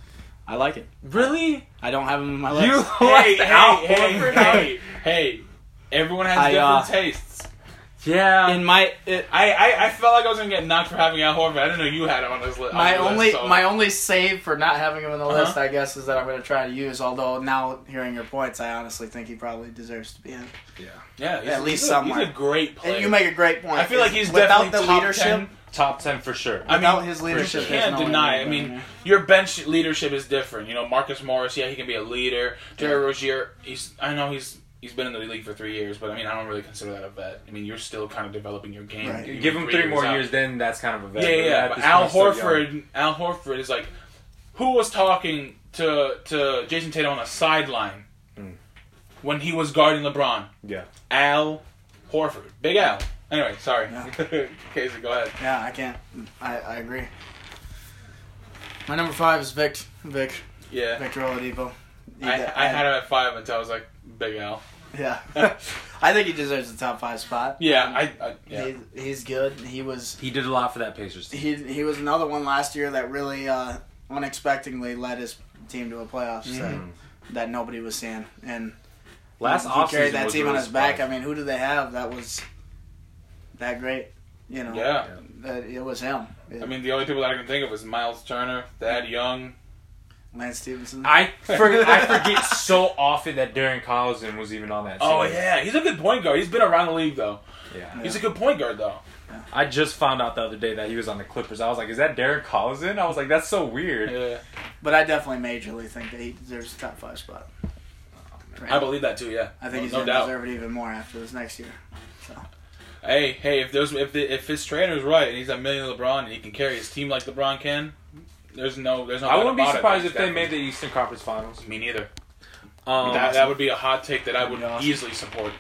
I like it.
Really?
I don't have him in my list.
You
Hey,
left Al
hey, hey,
Horford out?
hey, hey! Everyone has
I,
different
uh,
tastes.
Yeah.
in my it,
I, I I felt like I was gonna get knocked for having Al Horford. I didn't know you had him on this li- on
my
your list.
only
Oh, so-
my only save for not having him on the
Uh-huh.
list, I guess, is that I'm going to try to use. Although now hearing your points, I honestly think he probably deserves to be in.
yeah.
yeah, he's-
at least
he's a-
somewhere.
He's a great player.
And you make a great point.
I feel like he's
without
definitely
the
top
leadership.
10.
Top ten for sure.
I
Without
mean,
his leadership,
you
there's
can't
no way
deny.
he'd
I
be
mean,
better.
your bench leadership is different. You know, Marcus Morris, yeah, he can be a leader. Jerry Rozier, he's I know he's he's been in the league for three years, but I mean, I don't really consider that a vet. I mean, you're still kind of developing your game.
Right.
Even
Give him three more
out.
years, then that's kind of a vet.
Yeah, yeah.
At
But
this
Al
point, so young.
Horford, Al Horford is like, who was talking to to Jason Tatum on the sideline
Mm.
when he was guarding LeBron?
Yeah.
Al Horford, Big Al. Anyway, sorry.
Yeah.
Casey, go ahead.
Yeah, I can't. I, I agree. My number five is Vic. Vic.
Yeah.
Victor Oladipo. He
I,
de-
I had him at five until I was like, Big Al.
Yeah. I think he deserves the top five spot.
Yeah, I. I yeah.
He's, he's good. He was
He did a lot for that Pacers team.
he he was another one last year that really uh, unexpectedly led his team to a playoffs
Mm-hmm.
that,
Mhm.
that nobody was seeing. And
Last
he
offseason
carried that
was
team on
really
his back. I
surprising.
mean, who did they have that was that great? You know,
yeah.
that it was him.
I mean, the only people that I can think of is Miles Turner, Thad Young.
Lance Stevenson.
I for, I forget so often that Darren Collison was even on that team.
Oh, yeah. He's a good point guard. He's been around the league, though.
yeah.
He's a good point guard, though.
I just found out the other day that he was on the Clippers. I was like, is that Darren Collison? I was like, that's so weird.
Yeah.
But I definitely majorly think that he deserves the top five spot.
Oh, I believe that, too, yeah.
I think he's
no, no
gonna
doubt.
deserve it even more after this next year.
Hey, hey, if those, if the, if his trainer's right and he's a million LeBron and he can carry his team like LeBron can, there's no there's no.
I
doubt
wouldn't be
about it.
surprised if
That's
they made the
definitely-
Eastern Conference Finals.
Me neither.
Um,
that, that would be a hot take that I would
Yeah.
easily support.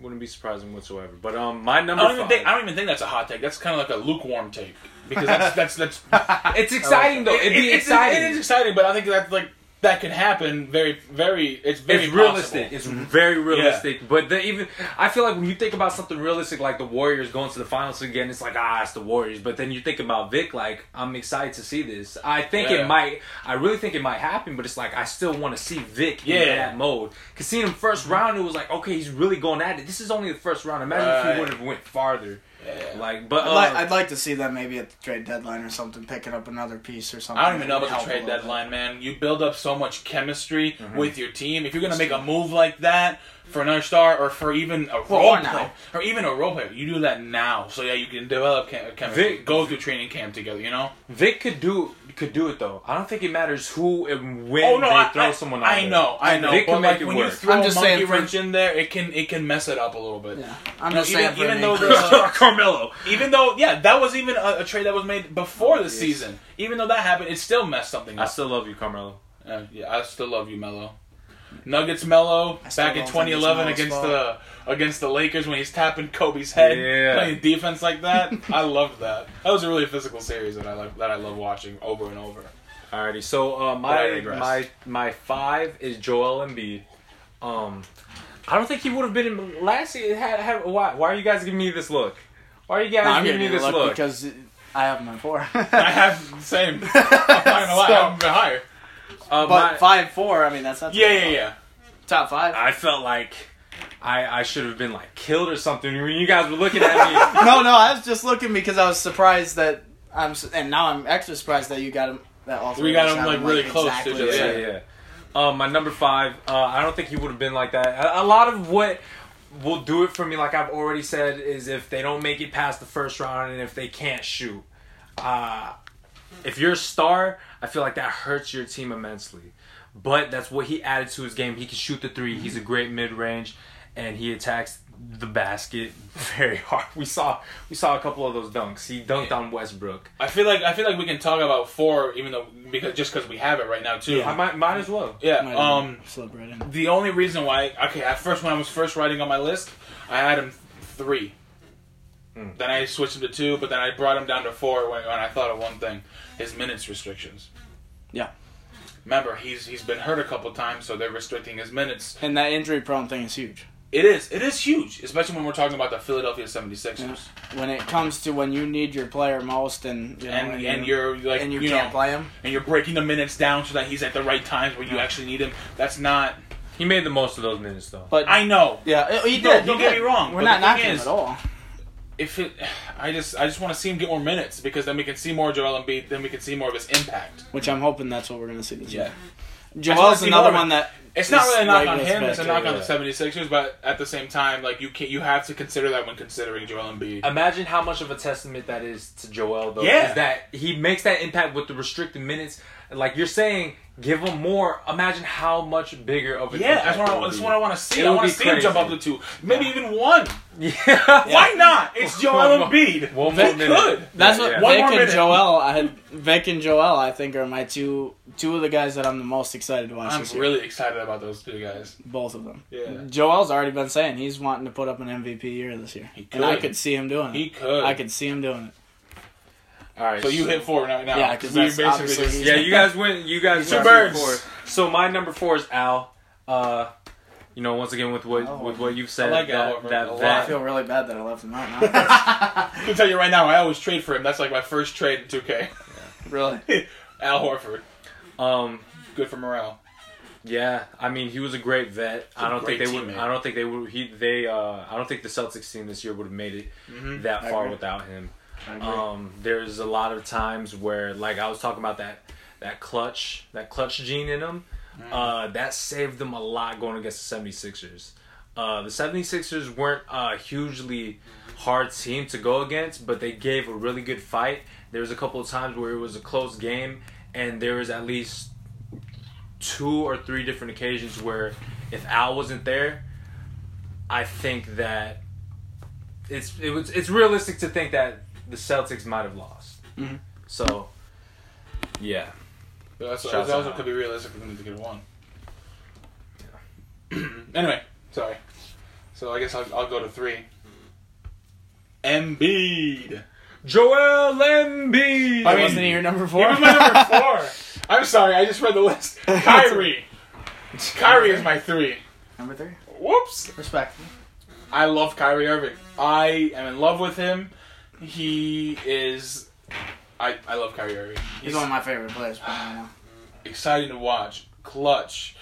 wouldn't be surprising whatsoever. But um, my
I
number
don't even
five.
think I don't even think that's a hot take. That's kind of like a lukewarm take because that's that's that's
it's exciting though. It'd be exciting.
It is exciting, but I think that's like that could happen. Very, very. It's very Mm-hmm.
It's realistic.
possible.
It's very realistic. But the, even I feel like when you think about something realistic, like the Warriors going to the finals again, it's like ah, it's the Warriors. But then you think about Vic, like I'm excited to see this. I think
Yeah.
it might. I really think it might happen. But it's like I still want to see Vic
Yeah. Mm-hmm.
in that mode. Cause seeing him 1st round, it was like okay, he's really going at it. This is only the first round. Imagine if
Right.
he would have went farther.
Yeah.
Like, but
I'd,
uh,
like, I'd like to see them maybe at the trade deadline or something, picking up another piece or something.
I don't even know about
Help
the
a
trade
little bit.
deadline, man. You build up so much chemistry with your team. If you're gonna make a move like that for another star, or for even a role
or now.
player, or even a role player, you do that now. So yeah, you can develop chem- chemistry.
Vic-
go through training camp together. You know.
Vic could do could do it though. I don't think it matters who and when
Oh no!
they
I,
throw
I-
someone. out
I
there.
know, I
And
know.
Vic
but
can make
like,
it
when you
work.
throw
I'm
a
just
monkey
saying for-
wrench in there, it can it can mess it up a little bit.
Yeah, I'm
No,
just
even-
saying. for
even
an
though the-
increase.
Carmelo.
Even though, yeah, that was even a, a trade that was made before the season. Even though that happened, it still messed something
I
up.
still love you, Carmelo.
Uh, yeah, I still love you, Melo. Nuggets Melo
I still
back in
don't think it's
2011
Melo's
against
fault.
the against the Lakers when he's tapping Kobe's head,
Yeah.
playing defense like that. I loved that. That was a really physical series that I like that I love watching over and over.
Alrighty, so uh,
But I
my
digress.
my my five is Joel Embiid. Um, I don't think he would have been in last year. Had, had, why? Why are you guys giving me this look? Why are you guys
No, I'm
giving me
getting
this
look,
look?
look because I have my four.
I have the same. I'm not gonna lie,
So-
I'm a bit higher.
Uh,
but
my-
five four. I mean, that's not
Yeah, yeah, yeah.
top five.
I felt like I I should have been like killed or something when you guys were looking at me.
no, no, I was just looking because I was surprised that I'm, s- and now I'm extra surprised that you got him. That all three
We got
of us
him,
have
like, really close to
exactly
each other,
the
yeah,
same.
yeah. yeah. Um, my number five. Uh, I don't think he would have been like that. A, a lot of what will do it for me, like I've already said, is if they don't make it past the first round and if they can't shoot. Uh, if you're a star, I feel like that hurts your team immensely. But that's what he added to his game. He can shoot the three. He's a great mid range, and he attacks the basket very hard. We saw we saw a couple of those dunks. He dunked on Westbrook.
I feel like I feel like we can talk about four, even though because just because we have it right now too.
I might might as well.
Yeah.
Might
Um.
slip right in.
The only reason why, okay, at first when I was first writing on my list, I had him three. Then I switched him to two, but then I brought him down to four when, when I thought of one thing: his minutes restrictions.
Yeah.
Remember, he's he's been hurt a couple times, so they're restricting his minutes.
And that injury prone thing is huge.
It is it is huge, especially when we're talking about the Philadelphia 76ers.
When it comes to when you need your player most, and you know,
And and you're like
and you,
you, know
can't play him.
and you're breaking the minutes down so that he's at the right times where you actually need him. That's not.
He made the most of those minutes though.
But
I know.
yeah, he did.
No,
he
don't get
did.
me wrong,
We're
but
not
the thing
knocking
is-
him at all.
if it, I just I just want to see him get more minutes because then we can see more Joel Embiid, then we can see more of his impact.
Which I'm hoping that's what we're gonna see this
Yeah.
year.
I just wanna
Joel's
see
another
more
one
of
that
It's not
It's
really a knock
like
on
this
him; it's a
back
knock
here,
on the
yeah.
76ers, but at the same time, like you can you have to consider that when considering Joel Embiid.
Imagine how much of a testament that is to Joel, though.
Yeah.
Is that he makes that impact with the restricted minutes. Like you're saying, give him more. Imagine how much bigger of an
yeah,
impact
that's what
it
I,
would
that's
be.
what I want to see.
It
I
would
want
be
to see him jump up
crazy.
to two, maybe even one.
Yeah.
Why not? It's Joel
One more-
Embiid.
One
they
more minute.
could.
That's what
Yeah.
One
Vic
more
and
minute.
Joel. I had Vic and Joel. I think are my two two of the guys that I'm the most excited to watch
I'm
this year.
really excited about those two guys.
Both of them.
Yeah.
Joel's already been saying he's wanting to put up an MVP year this year,
He
and I
could.
could see him doing it.
He could.
I could see him doing it.
All right.
So you hit four right now.
Yeah, 'cause
We
that's
basically
obviously-
just-
Yeah, you guys win. You guys
Two
win
birds.
four. So my number four is Al. Uh, you know, once again with what
Oh.
with what you've said,
I like Al
that
Horford a lot.
that,
I
that
feel really bad that I left him out. Now.
I can tell you right now, I always trade for him. That's like my first trade in 2K.
really,
Al Horford,
um
good for morale.
yeah, I mean he was a great vet. I don't think
great
they would.
teammate.
I don't think they would. He they. Uh, I don't think the Celtics team this year would have made it that
I
far
agree.
without him. Um, there's a lot of times where, like I was talking about that that clutch, that clutch gene in them, uh, that saved them a lot going against the 76ers. Uh, the 76ers weren't a hugely hard team to go against, but they gave a really good fight. There was a couple of times where it was a close game, and there was at least two or three different occasions where if Al wasn't there, I think that it's it was it's realistic to think that the Celtics might have lost.
Mhm.
So, yeah,
But that's,
Shouts
that also
out.
could be realistic for them to get one. anyway, sorry. So I guess I'll, I'll go to three. Embiid.
Joel Embiid.
I
mean,
wasn't he your number
He
four?
was my number four. I'm sorry, I just read the list. Kyrie. Kyrie is my three.
Number three.
Whoops.
Respectful.
I love Kyrie Irving. I am in love with him. He is. I, I love Kyrie Irving.
He's one of my favorite players. But I know.
exciting to watch. Clutch.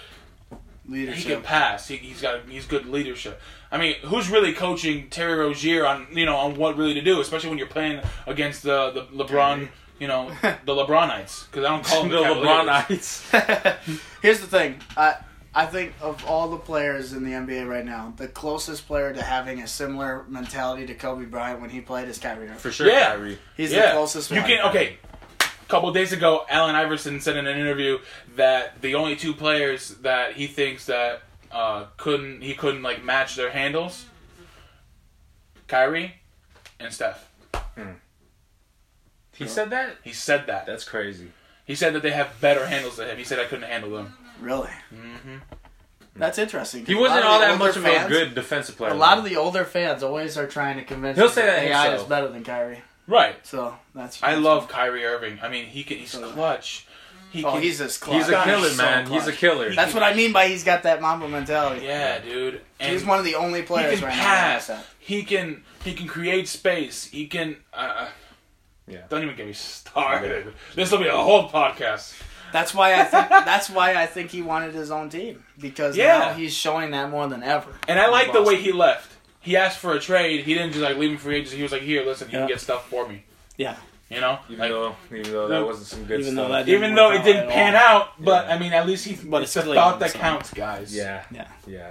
He can
Leadership.
pass. He, he's got he's good leadership. I mean, who's really coaching Terry Rozier on you know on what really to do, especially when you're playing against the the LeBron, you know, the LeBronites? Because I don't call them
the
the LeBronites.
LeBronites.
Here's the thing. I I think of all the players in the NBA right now, the closest player to having a similar mentality to Kobe Bryant when he played is Kyrie Irving.
For sure,
Yeah.
Kyrie.
He's
Yeah.
the closest
You
one.
can okay. A couple days ago, Allen Iverson said in an interview that the only two players that he thinks that uh, couldn't he couldn't like match their handles, Kyrie and Steph.
He said that?
He said that.
That's crazy.
He said that they have better handles than him. He said I couldn't handle them.
Really.
hmm
That's interesting.
He
A lot
wasn't
the
all that
older
much of a
fans-
good defensive player.
A lot of the older fans always are trying to convince.
He'll
us
say that
AI
himself.
is better than Kyrie.
Right.
So that's.
I love Kyrie Irving. I mean, he can. He's
So-
clutch. He
Oh,
can,
he's this clutch.
He's a killer,
so
man. He's a
clutch.
killer.
That's what I mean by he's got that Mamba mentality.
yeah, dude. And
he's one of the only players
he can
right
pass.
now. that has
He can he can create space. He can. Uh,
Yeah.
Don't even get me started. This will be a whole podcast.
that. That's why I think. that's why I think he wanted his own team because
Yeah.
now he's showing that more than ever.
And I like the
Boston.
way he left. He asked for a trade. He didn't just like leave him free agency. He was like, "Here, listen, you
Yeah.
can get stuff for me."
Yeah.
You know,
even,
Like,
though, even though that wasn't some good
Even though
stuff.
that-
even
Didn't
though
work
it didn't
out at
pan
all.
out, but
Yeah.
I mean, at least he. But it's
it's
the
Cleveland,
thought that
so-
counts, guys.
yeah,
Yeah.
yeah.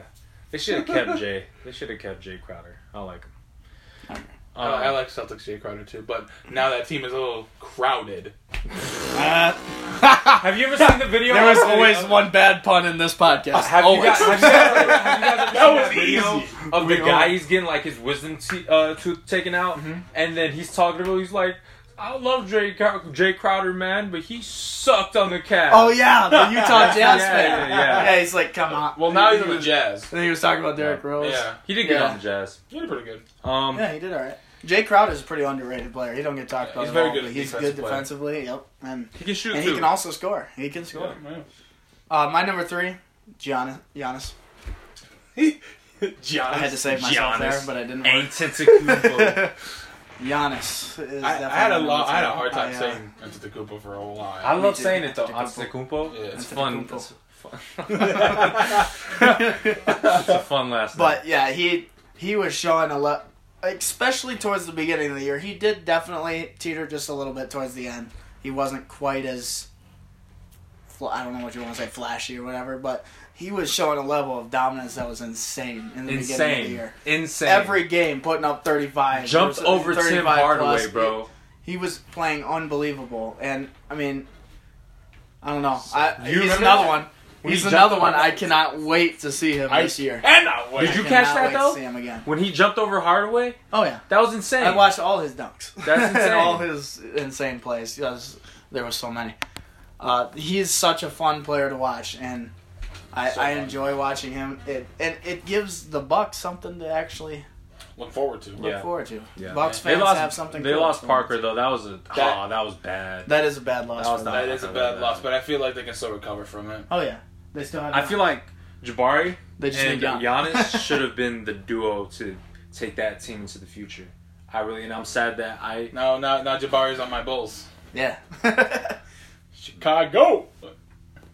They should have kept Jay. They should have kept Jay Crowder. I like him.
Uh, I like Celtics Jay Crowder too, but now that team is a little crowded.
Have you ever seen the video?
Uh, there was
of-
always one bad pun in this
Uh,
podcast.
Have you, guys, have, you guys, have you guys ever
That was
seen video
easy.
of the
We
guy?
all-
He's getting like his wisdom te- uh, tooth taken out,
Mm-hmm.
and then he's talking about. He's like, "I love Jay Crow- Jay Crowder, man, but he sucked on the cat."
oh yeah, the Utah Jazz
Yeah,
fan.
yeah, yeah.
he's like, come on.
Well, now he's
He
in the
was-
Jazz.
I think he was talking about Derrick Rose.
Yeah,
he did good
Yeah.
on the Jazz.
he did pretty good.
Um,
Yeah, he did all right. Jay Crowder is a pretty underrated player. He don't get talked about.
He's
at
very
all,
good
but
at
He's
defensive
good
player.
defensively. Yep, and
he can shoot
and
too.
he can also score. He can score. Uh, my number three, Giannis. Giannis.
Giannis.
I had to save myself
Giannis.
there, but I didn't. Work.
Ain't Antetokounmpo.
Giannis. Is
I,
definitely
I had a
my
lo-
number
I had a
two.
hard time
I, uh,
saying Antetokounmpo for a whole
I
while.
Me
love
too.
saying it though.
Antetokounmpo.
Antetokounmpo.
Yeah,
It's
it's
fun. It's fun.
Antetokounmpo.
it's a fun last night.
But yeah, he he was showing a lot, especially towards the beginning of the year. He did definitely teeter just a little bit towards the end. He wasn't quite as fl- I don't know what you want to say, flashy or whatever, but he was showing a level of dominance that was insane in the beginning of the
insane,
year.
insane.
Every game putting up 35.
jumped
or so-
over Tim
35
Hardaway,
plus.
bro.
He was playing unbelievable, and I mean, I don't know. I,
You
he's
remember
another
that?
one.
When
He's
he jumped
another
over-
one. I cannot wait to see him
I
this year.
And I wait.
Did you
I
catch
cannot
that,
wait to
though?
See him again.
When he jumped over Hardaway,
Oh yeah,
that was insane.
I watched all his dunks.
That's insane.
and all his insane plays. Yes, there was so many. Uh, he's such a fun player to watch, and I,
So
I
fun.
enjoy watching him. It and it gives the Bucks something to actually
Look forward to.
look
Yeah.
forward to.
Yeah.
Bucks
they
fans
lost.
have something.
they
to look
lost
forward
Parker
to.
though. That was a
That-
aw, that was bad.
That is a bad loss.
That was
for
not-
them.
That is a bad loss, but I feel like they can still recover from it.
Oh yeah, they still have.
I feel like Jabari
they just
and
need Giannis.
Giannis should have been the duo to take that team into the future. I really and I'm sad that I
No, now now Jabari's on my Bulls.
Yeah.
Chicago.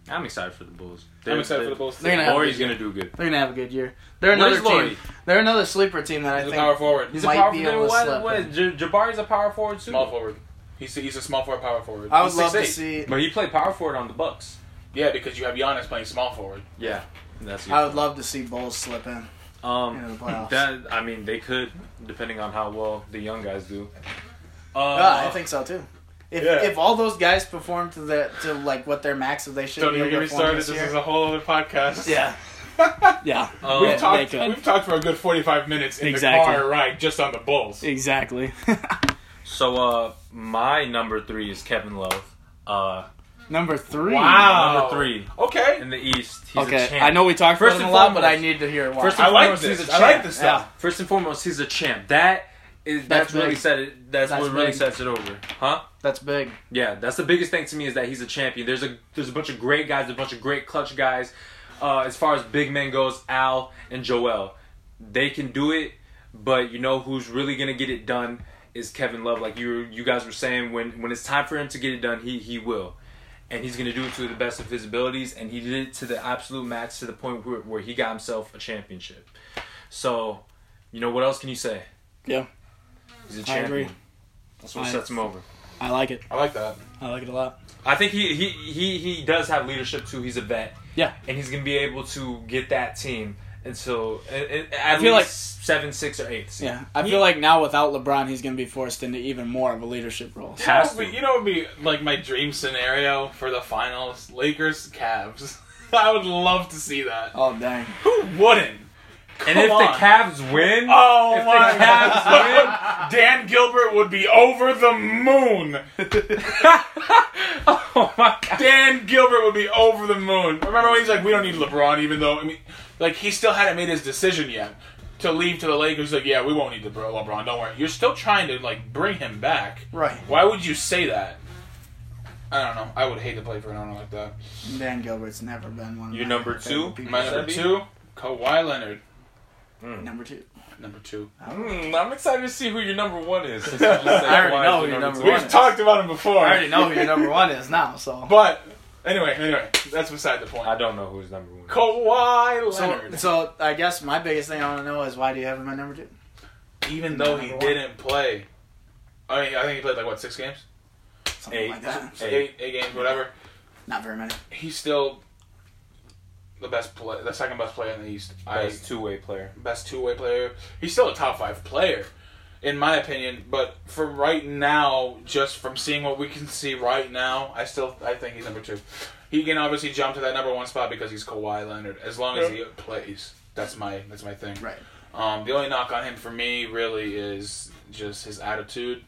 I'm excited for the Bulls.
I'm excited for the Bulls.
they're
too.
gonna have-
Lori's gonna do good.
They're gonna have a good year. They're
Where's
another
Lori?
team. They're another sleeper team that I
He's a
think.
power forward.
He's
He's
a
might
power
be
forward.
able to
What,
slip
what? J- Jabari's a power forward
a
too.
small forward. He's a, he's a small forward power forward.
I would
He's
love to
6'8".
see.
But he played power forward on the Bucks.
Yeah, because you have Giannis playing small forward.
Yeah, that's
I would love to see Bulls slip in.
Um,
in the playoffs.
that I mean, they could depending on how well the young guys do. Uh,
Yeah, Ah, I think so too. If,
Oh. Yeah.
if all those guys perform to the to like what their max that they should
Don't
be
even
able
get
to
me
perform
started.
this
This is
year.
a whole other podcast.
Yeah, yeah,
um,
We've
Yeah,
talked,
they could.
we've talked for a good 45 minutes in
Exactly.
the car ride just on the Bulls.
exactly.
so uh, my number three is Kevin Love. Uh,
Number three.
Wow.
number three
Okay.
in the East. He's a
Okay,
champ.
I know we talked
First
first about him
and
a lot, but I
foremost-
need to hear why.
First
I
and
like
foremost,
this.
he's a
I
champ.
like this stuff.
First and foremost, he's a champ. That It,
That's
that's really
big.
said it. That's,
That's
what really
big.
sets it over, huh?
That's big.
Yeah, that's the biggest thing to me is that he's a champion. There's a there's a bunch of great guys, a bunch of great clutch guys. Uh, as far as big men goes, Al and Joel, they can do it. But you know who's really gonna get it done is Kevin Love. Like you you guys were saying, when when it's time for him to get it done, he he will, and he's gonna do it to the best of his abilities. And he did it to the absolute max to the point where where he got himself a championship. So, you know what else can you say?
Yeah.
He's a
I
champion.
agree.
That's what
I-
sets him over.
I like it.
I like that.
I like it a lot.
I think he, he he he does have leadership too. He's a vet.
Yeah.
and he's gonna be able to get that team until and, and at
feel
least
like-
seven, six, or eight. seed.
Yeah. I feel like now without LeBron, he's going to be forced into even more of a leadership role.
You know,
Has
what would
to.
be, you know what would be like my dream scenario for the finals? Lakers, Cavs. I would love to see that.
Oh, dang.
Who wouldn't?
and
Come
if
on.
the Cavs win,
Oh
if
my
the Cavs
god. Dan Gilbert would be over the moon.
win, oh my god,
Dan Gilbert would be over the moon. Remember when he's like, we don't need LeBron, even though I mean, like he still hadn't made his decision yet to leave to the Lakers. Like, yeah, we won't need LeBron. LeBron, don't worry. You're still trying to like bring him back.
Right.
Why would you say that? I don't know. I would hate to play for an owner like that.
Dan Gilbert's never been one of
Your
my
number
favorite
two?
people.
My number
Sebi?
two, Kawhi Leonard.
Number two.
Number two.
Hmm, I'm excited to see who your number one is. Since
I
already know who your number
We've
one is.
talked about him before.
I already know who your number one is now, so.
But anyway, anyway, that's beside the
I
point.
don't know who's number one.
Kawhi
So,
Leonard.
so I guess my biggest thing I want to know is why do you have him at number two?
even though he
Number one.
didn't play, I mean, I think he played like what six games,
Something
Eight.
like that.
So
Eight.
eight, eight games, whatever.
Not very many.
He's still the best play, the second best player in the East.
Best two way player.
I, best two way player. He's still a top five player, in my opinion. But for right now, just from seeing what we can see right now, I still I think he's number two. He can obviously jump to that number one spot because he's Kawhi Leonard. As long as he plays, that's my that's my thing.
Right.
Um, the only knock on him for me really is just his attitude.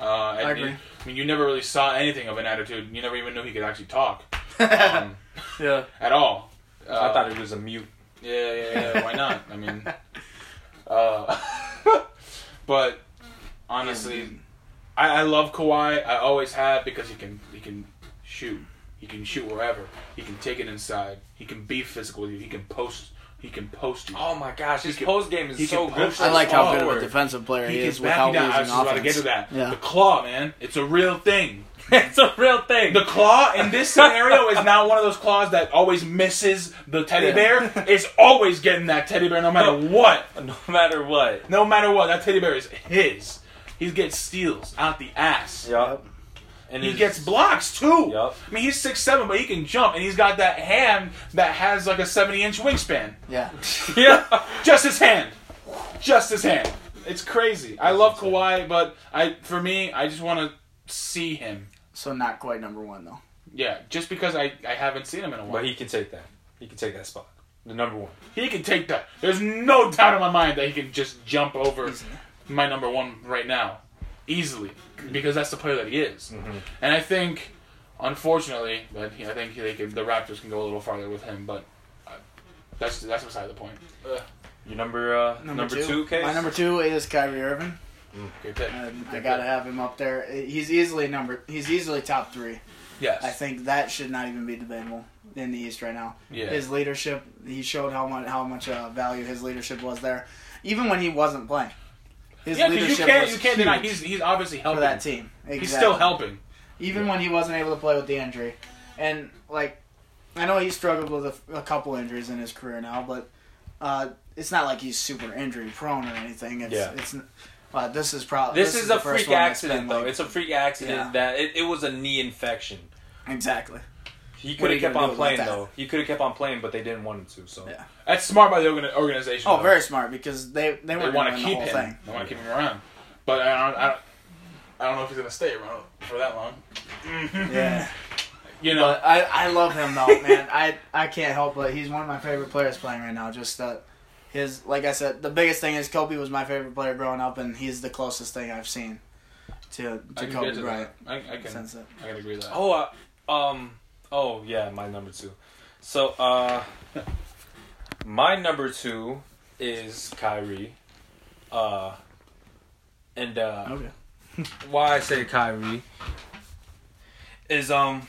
Uh, and
I agree.
You, I mean, you never really saw anything of an attitude. You never even knew he could actually talk um,
yeah.
at all. Uh,
I thought it was a mute.
Yeah, yeah, yeah. Why not? I mean, uh, but honestly, I, I love Kawhi. I always have because he can he can shoot. He can shoot wherever. He can take it inside. He can be physical with you. He can post. He can post you.
Oh my gosh, his
He can-
post game is
he can
so good.
post
for
I
the
like how good of a
forward.
defensive player he,
He
is
is back
without
you down. I was
losing
just about to get to
offense.
that.
Yeah.
The claw, man. It's a real thing.
it's a real thing.
The claw in this scenario is not one of those claws that always misses the teddy
Yeah.
bear. It's always getting that teddy bear no matter what.
no matter what.
No matter what, that teddy bear is his. He gets steals out the ass.
Yup. And
He
it's-
gets blocks too.
Yup.
I mean, he's six seven, but he can jump, and he's got that hand that has like a seventy inch wingspan.
Yeah.
Yeah.
Just his hand. Just his hand. It's crazy. I love Kawhi, but I for me, I just want to see him.
So not quite number one though.
Yeah, just because I, I haven't seen him in a while.
But he can take that. He can take that spot. The number one.
He can take that. There's no doubt in my mind that he can just jump over my number one right now, easily, because that's the player that he is.
Mm-hmm.
And I think, unfortunately, that he, I think they can, the Raptors can go a little farther with him, but uh, that's that's beside the point. Ugh,
Your number uh number, two. case.
My number two is Kyrie Irving.
good pick.
Um, I
Good
gotta
pick.
have him up there. He's easily number. He's easily top three.
Yes.
I think that should not even be debatable in the East right now.
Yeah.
His leadership. He showed how much how much uh, value his leadership was there, even when he wasn't playing. His
yeah, because you can't you can't deny
huge
he's he's obviously
for
helping.
that team. Exactly.
He's still helping.
even when he wasn't able to play with the injury. And like, I know he struggled with a, a couple injuries in his career now, but uh, it's not like he's super injury prone or anything. It's,
Yeah.
It's. Uh, this is probably
this, is, a freak accident though.
Like,
it's a freak accident
Yeah.
that it, it was a knee infection.
exactly.
He
What
could
are
have
you
kept
gonna
on
do about
playing
that?
though. He could have kept on playing, but they didn't want him to. So
Yeah.
That's smart by the organ- organization.
Oh,
though.
very smart because they
They
they, were
want
going
to
to
keep
the
him.
whole thing.
They want to keep him around, but I don't, I don't, I don't know if he's gonna stay around for that long.
Yeah.
You know,
But I, I love him though, man. I I can't help but he's one of my favorite players playing right now. Just uh, his like I said, the biggest thing is Kobe was my favorite player growing up, and he's the closest thing I've seen to
I can
to
get
Kobe
to
Bryant
that. I, I can,
since it.
I can agree with that.
Oh, uh, um, oh yeah, my number two. So, uh, my number two is Kyrie. Uh, And uh,
Okay.
why I say Kyrie is um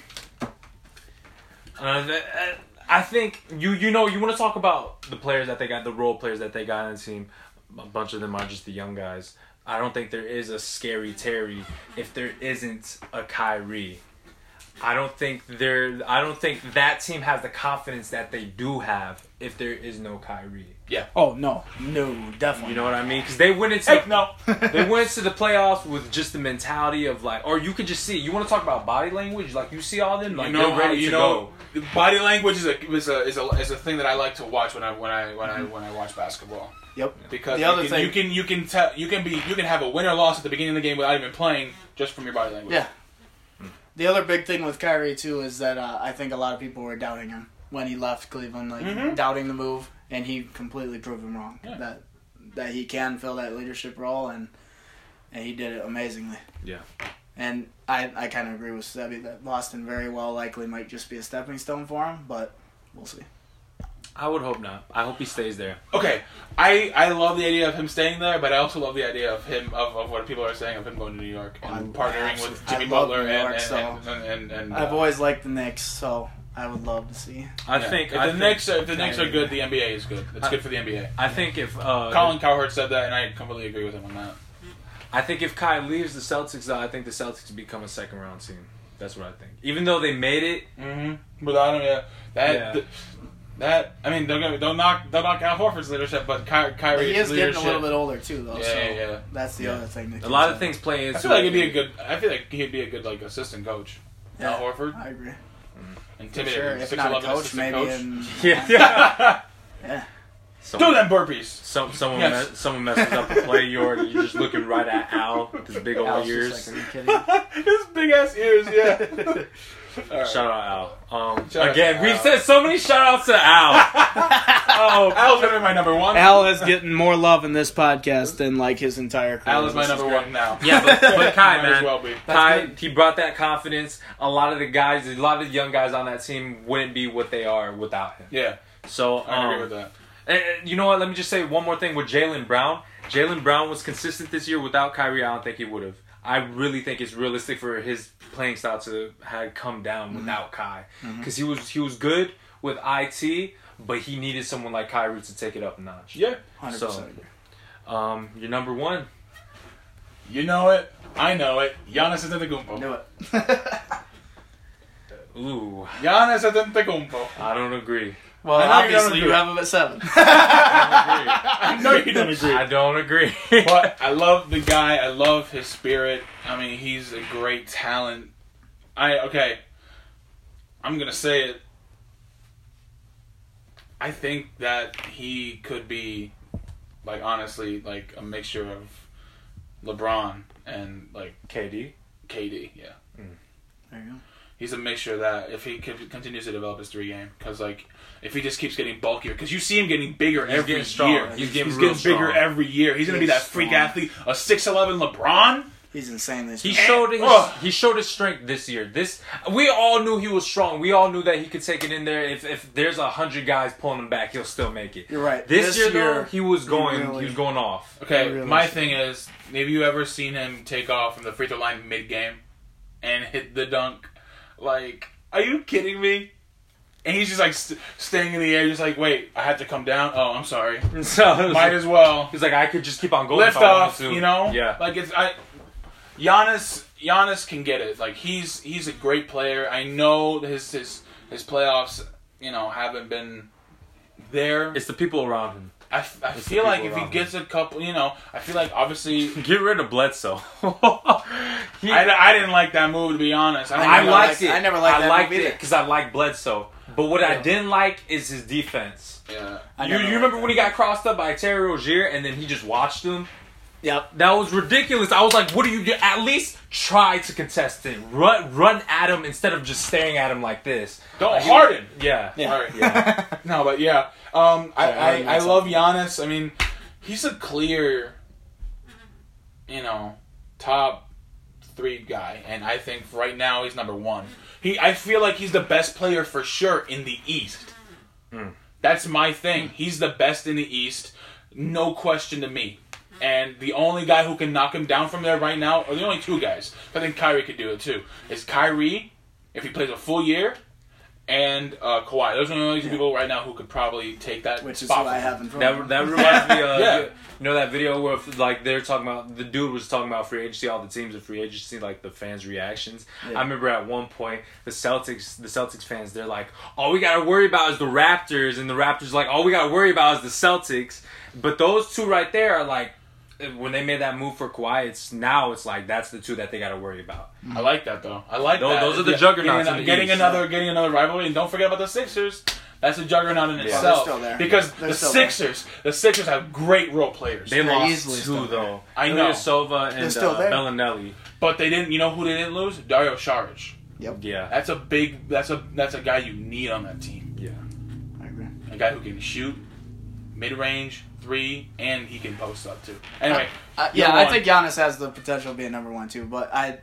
uh, th- uh, I think you you know you want to talk about the players that they got the role players that they got in the team a bunch of them are just the young guys I don't think there is a scary Terry if there isn't a Kyrie I don't think there I don't think that team has the confidence that they do have if there is no Kyrie
Oh no, no, definitely.
you know what I mean because they went into
Heck no.
they went to the playoffs with just the mentality of like, or you could just see. You want to talk about body language? Like you see all them, like
you know,
they're ready
you
to
know, body language is a is a, is a is a thing that I like to watch when I when I when I when I watch basketball
Yep.
because
The
you,
other
can,
thing-
you can you can tell you can be you can have a win or loss at the beginning of the game without even playing just from your body language.
Yeah. The other big thing with Kyrie too is that uh, I think a lot of people were doubting him when he left Cleveland, like
Mhm.
doubting the move, and he completely proved them wrong.
Yeah.
That that he can fill that leadership role, and and he did it amazingly.
Yeah.
And I I kind of agree with Sebby that Boston very well likely might just be a stepping stone for him, but we'll see.
go. I would hope not. I hope he stays there.
Okay, I I love the idea of him staying there, but I also love the idea of him of, of what people are saying of him going to New York and
I-
partnering with
I
Jimmy
love
Butler
New
and,
York,
and,
so-
and, and, and, and,
I've
uh,
always liked the Knicks, so I would love to see.
I
yeah.
think
if
I
the
think,
Knicks are, if the Knicks are
Kyrie.
good, the NBA is good. It's
I-
good for the NBA.
I think if uh,
Colin Cowherd said that, and I completely agree with him on that.
I think if Kai leaves the Celtics, I think the Celtics become a second round team. That's what I think. Even though they made it,
Mm-hmm. Without him, yeah, that
Yeah.
th- that I mean, they're gonna don't knock don't knock Al Horford's leadership, but Ky-
But
Kyrie's
he is
leadership.
getting a little bit older too, though.
Yeah,
so
yeah, yeah.
That's the
Yeah.
other thing. That
a lot of
concerns
things play into.
I feel like
it.
he'd be a good. I feel like he'd be a good like assistant coach.
me. Yeah,
Al Horford,
I agree. For
intimidating,
sure, if
6'11"
not a coach,
assistant
maybe.
coach.
In,
Yeah.
Do
Someone,
them burpees.
some, someone,
Yes.
me- someone messes up a play. You're you're just looking right at Al with his big old
Al's
ears.
just like, are you kidding?
His big ass ears, yeah. All right.
Shout out Al. Um,
Shout out
again,
to
we've
Al.
said so many shout outs to Al. oh,
Al's gonna be my number one.
Al is getting more love in this podcast than like his entire career.
Al is my
This
number
great.
one now.
Yeah, but, but Kai,
Might
man.
as well be.
Kai,
good.
he brought that confidence. A lot of the guys, a lot of the young guys on that team wouldn't be what they are without him.
Yeah,
So, um,
I agree with that.
and- and you know what? Let me just say one more thing with Jalen Brown. Jalen Brown was consistent this year without Kyrie. I don't think he would have. I really think it's realistic for his playing style to had come
Mm-hmm.
down without Kai, because he was he was good with it, but he needed someone like Kyrie to take it up a notch.
Yeah,
100%
So-
agree.
Um, you're number one.
you know it. I know it. Giannis Antetokounmpo.
Do it.
Ooh,
Giannis Antetokounmpo.
I don't agree.
well,
I know you don't
obviously
agree.
you have him at seven.
I know you don't agree.
I don't agree.
but I love the guy. I love his spirit. I mean, he's a great talent. I okay. I'm gonna say it. I think that he could be, like honestly, like a mixture of LeBron and like
KD.
KD. Yeah,
There you go.
he's a mixture of that if he c- continues to develop his three game, because like if he just keeps getting bulkier, because you see him getting bigger
He's
every
getting stronger.
year.
He's getting
he's
real
getting bigger
strong.
every year. He's gonna be
He's
that freak
strong.
athlete, a six eleven LeBron.
He's insanely
He
strong.
showed his
Ugh.
he showed his strength this year. This we all knew he was strong. We all knew that he could take it in there. If if there's a hundred guys pulling him back, he'll still make it.
You're right.
This,
This
year, though,
year,
he was
he
going he
really-
was going off.
Okay,
I realize
my
that.
thing is, have you ever seen him take off from the free throw line mid game and hit the dunk? Like, are you kidding me? And he's just like st- staying in the air, just like, wait, I had to come down. Oh, I'm sorry.
And so it was
Might
like,
as well
he's like I could just keep on going.
lift
if I wanted
off.
to.
You know,
Yeah.
Like it's I, Giannis. Giannis can get it. Like he's he's a great player. I know that his his his playoffs. You know, haven't been there.
it's the people around him.
I, f- I
it's the
feel like
people
if he
around him.
gets a couple, you know, I feel like obviously
Get rid of Bledsoe. He-
I, I didn't like that move to be honest. I, don't
I
really
liked
liked it.
it. I never liked
I
that
liked
move
it
either.
because I like Bledsoe. But what I didn't like is his defense.
Yeah.
I
You, you
never liked
remember
that.
when he got crossed up by Terry Rozier and then he just watched him?
Yep.
That was ridiculous. I was like, what do you do? At least try to contest it. Run, run at him instead of just staring at him like this.
Don't
Like, he-
Oh, harden.
Yeah.
All right.
Yeah.
No, but yeah. Um, I,
Sorry, I
I,
didn't
I
mean
love Giannis. I mean, he's a clear, you know, top three guy, and I think right now he's number one. He, I feel like he's the best player for sure in the East.
Hmm.
That's my thing. He's the best in the East, no question to me. And the only guy who can knock him down from there right now are the only two guys. I think Kyrie could do it too. Is Kyrie, if he plays a full year, and uh, Kawhi. Those are the only two people right now who could probably take that
which is
spot
what I
from him.
have in front of
That,
me.
that reminds me of
Yeah.
you know that video where like they're talking about the dude was talking about free agency, all the teams in free agency, like the fans' reactions.
Yeah.
I remember at one point the Celtics, the Celtics fans, they're like, all we gotta worry about is the Raptors, and the Raptors like, all we gotta worry about is the Celtics. But those two right there are like, when they made that move for Kawhi, it's now it's like that's the two that they gotta worry about.
I like that though. I like
Tho-
that.
those are the
Yeah,
juggernauts
Getting,
in the
getting
East.
another, getting another rivalry, and don't forget about the Sixers. That's a juggernaut in
they're
itself.
Oh, still there.
Because
They're
the
still there.
Sixers, the Sixers have great role players,
They
They're
lost
easily
two
still there.
though.
I
Ilya
know.
Sova and
still
uh,
there.
Bellinelli.
but they didn't. You know who they didn't lose? Dario Saric.
Yeah,
That's a big. That's a that's a guy you need on that team.
yeah.
I agree.
A guy who can shoot mid range three, and he can post up too. Anyway,
Uh, yeah,
number
I
one.
think Giannis has the potential of being number one too, but I,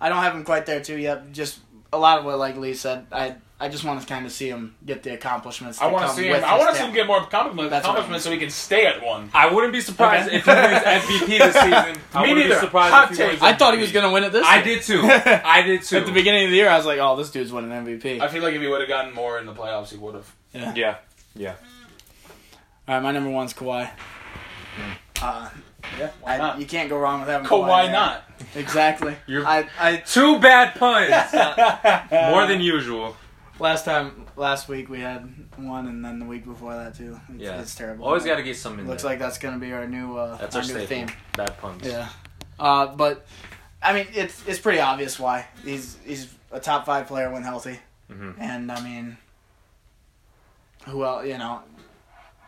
I don't have him quite there too yet. Just a lot of what, like Lee said, I, I just want to kind of see him get the accomplishments.
I
want to come
see him.
with
I
his
want Uh, to see him
talent.
get more compliments,
That's what I
compliments so he can stay at one.
I wouldn't be surprised
Okay.
if he wins MVP this season. I
Me
wouldn't
neither.
be surprised
Hot
if he
take.
wins
I thought he was gonna win it this.
I
year.
did too. I did too.
At the beginning of the year, I was like, "Oh, this dude's winning MVP."
I feel like if he would have gotten more in the playoffs, he would have.
yeah.
Yeah. Yeah.
All right, my number one's Kawhi. Uh,
Yeah, why
I,
not?
you can't go wrong with having Kawhi.
Kawhi
there.
not.
Exactly.
You're-
I, I
Two bad puns. More than usual.
last time last week we had one, and then the week before that too. It's,
Yeah.
it's terrible.
Always got to get something.
Looks
there.
like that's gonna be our new uh,
that's our
new
staple.
theme.
Bad puns.
Yeah. Uh, but I mean, it's it's pretty obvious why he's he's a top five player when healthy,
Mhm.
Mm-hmm.
and I mean, who else? You know,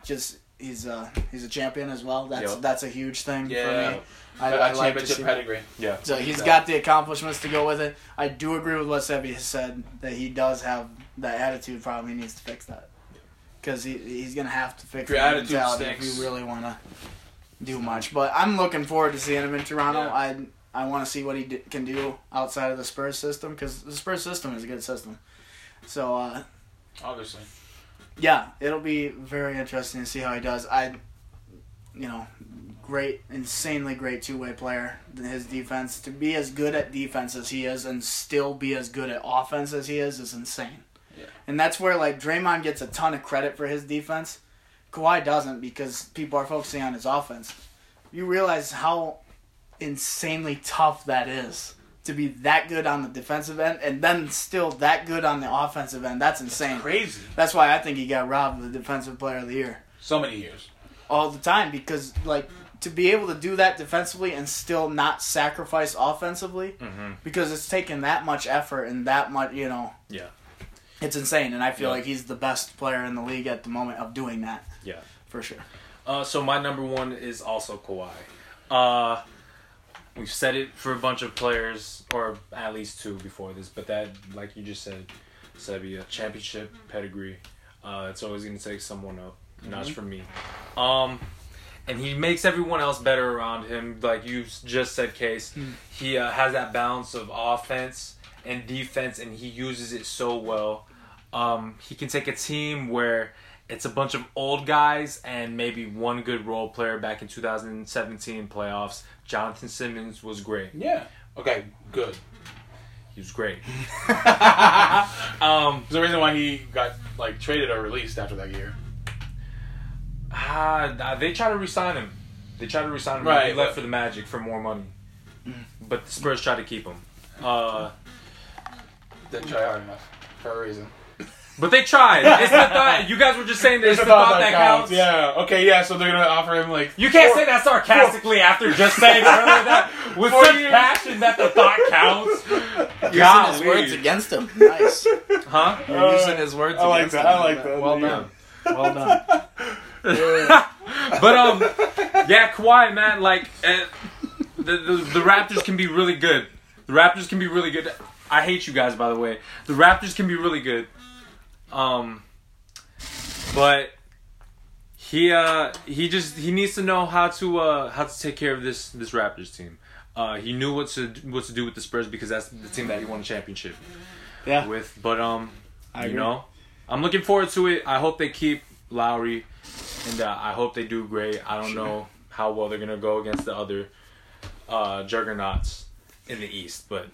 just he's uh he's a champion as well. That's
Yep.
that's a huge thing
Yeah.
for me.
I,
I,
a
I like to
championship
see.
pedigree.
Yeah.
So he's got the accomplishments to go with it. I do agree with what Sebi has said that he does have that attitude problem. He needs to fix that because he he's gonna have to fix
Your
that
attitude
mentality
stinks.
if you really want to do much. But I'm looking forward to seeing him in Toronto.
Yeah.
I I want to see what he d- can do outside of the Spurs system because the Spurs system is a good system. So uh,
Obviously,
yeah, it'll be very interesting to see how he does. I, you know, great, insanely great two way player. His defense to be as good at defense as he is and still be as good at offense as he is is insane.
Yeah.
And that's where like Draymond gets a ton of credit for his defense. Kawhi doesn't because people are focusing on his offense. You realize how insanely tough that is to be that good on the defensive end and then still that good on the offensive end. That's insane.
crazy.
That's why I think he got robbed of the defensive player of the year
So many years.
all the time because like to be able to do that defensively and still not sacrifice offensively
Mhm.
because it's taken that much effort and that much you know
Yeah.
it's insane and I feel
Yeah.
like he's the best player in the league at the moment of doing that
Yeah.
for sure.
Uh, so my number one is also Kawhi. Uh, we've said it for a bunch of players, or at least two before this, but that, like you just said, Sebi, a championship pedigree. Uh, it's always going to take someone up, not for me. Um, and he makes everyone else better around him. Like you s- just said, Case, he uh, has that balance of offense and defense, and he uses it so well. Um, he can take a team where it's a bunch of old guys and maybe one good role player back in 2017 playoffs. Jonathan Simmons was great.
Yeah. Okay. Good.
He was great.
There's
Um,
a reason why he got like traded or released after that year.
ah, they tried to resign him. They tried to resign him.
Right,
he left
but- Mm.
for the Magic for more money. But the Spurs tried to keep him. Uh,
Didn't try hard enough for a reason.
but they tried. It's the thought. You guys were just saying that it's the thought that counts.
Yeah. Okay. Yeah. So they're gonna offer him like.
You can't
four-
say that sarcastically after just saying earlier that with
Four
such
years.
passion that the thought counts.
Using his words
Golly.
against him. Nice.
Huh?
You're
Uh,
using his words
I like
against
that,
him.
I like that.
Well
Yeah.
done. Well done.
But um, yeah, Kawhi, man, like uh, the, the the Raptors can be really good. The Raptors can be really good. I hate you guys, by the way. The Raptors can be really good. Um, but he uh he just he needs to know how to uh how to take care of this this Raptors team. Uh, he knew what to what to do with the Spurs because that's the team that he won a championship
Yeah.
with. But um,
I
you
agree.
know, I'm looking forward to it. I hope they keep Lowry, and uh, I hope they do great. I don't know how well they're gonna go against the other uh, juggernauts in the East. But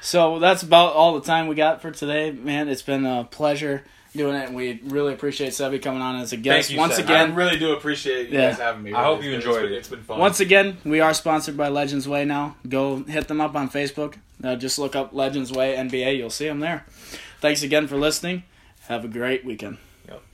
So that's about all the time we got for today, man. It's been a pleasure doing it. We really appreciate Sebi coming on as a guest
you,
once
Sebi.
I
again.
really do appreciate you
Yeah.
guys having me.
I hope
It's
you
been- it's
enjoyed
been-
it.
It's been fun.
Once again, we are sponsored by Legends Way now. Go hit them up on Facebook. Uh, just look up Legends Way NBA. You'll see them there. Thanks again for listening. Have a great weekend.
yep.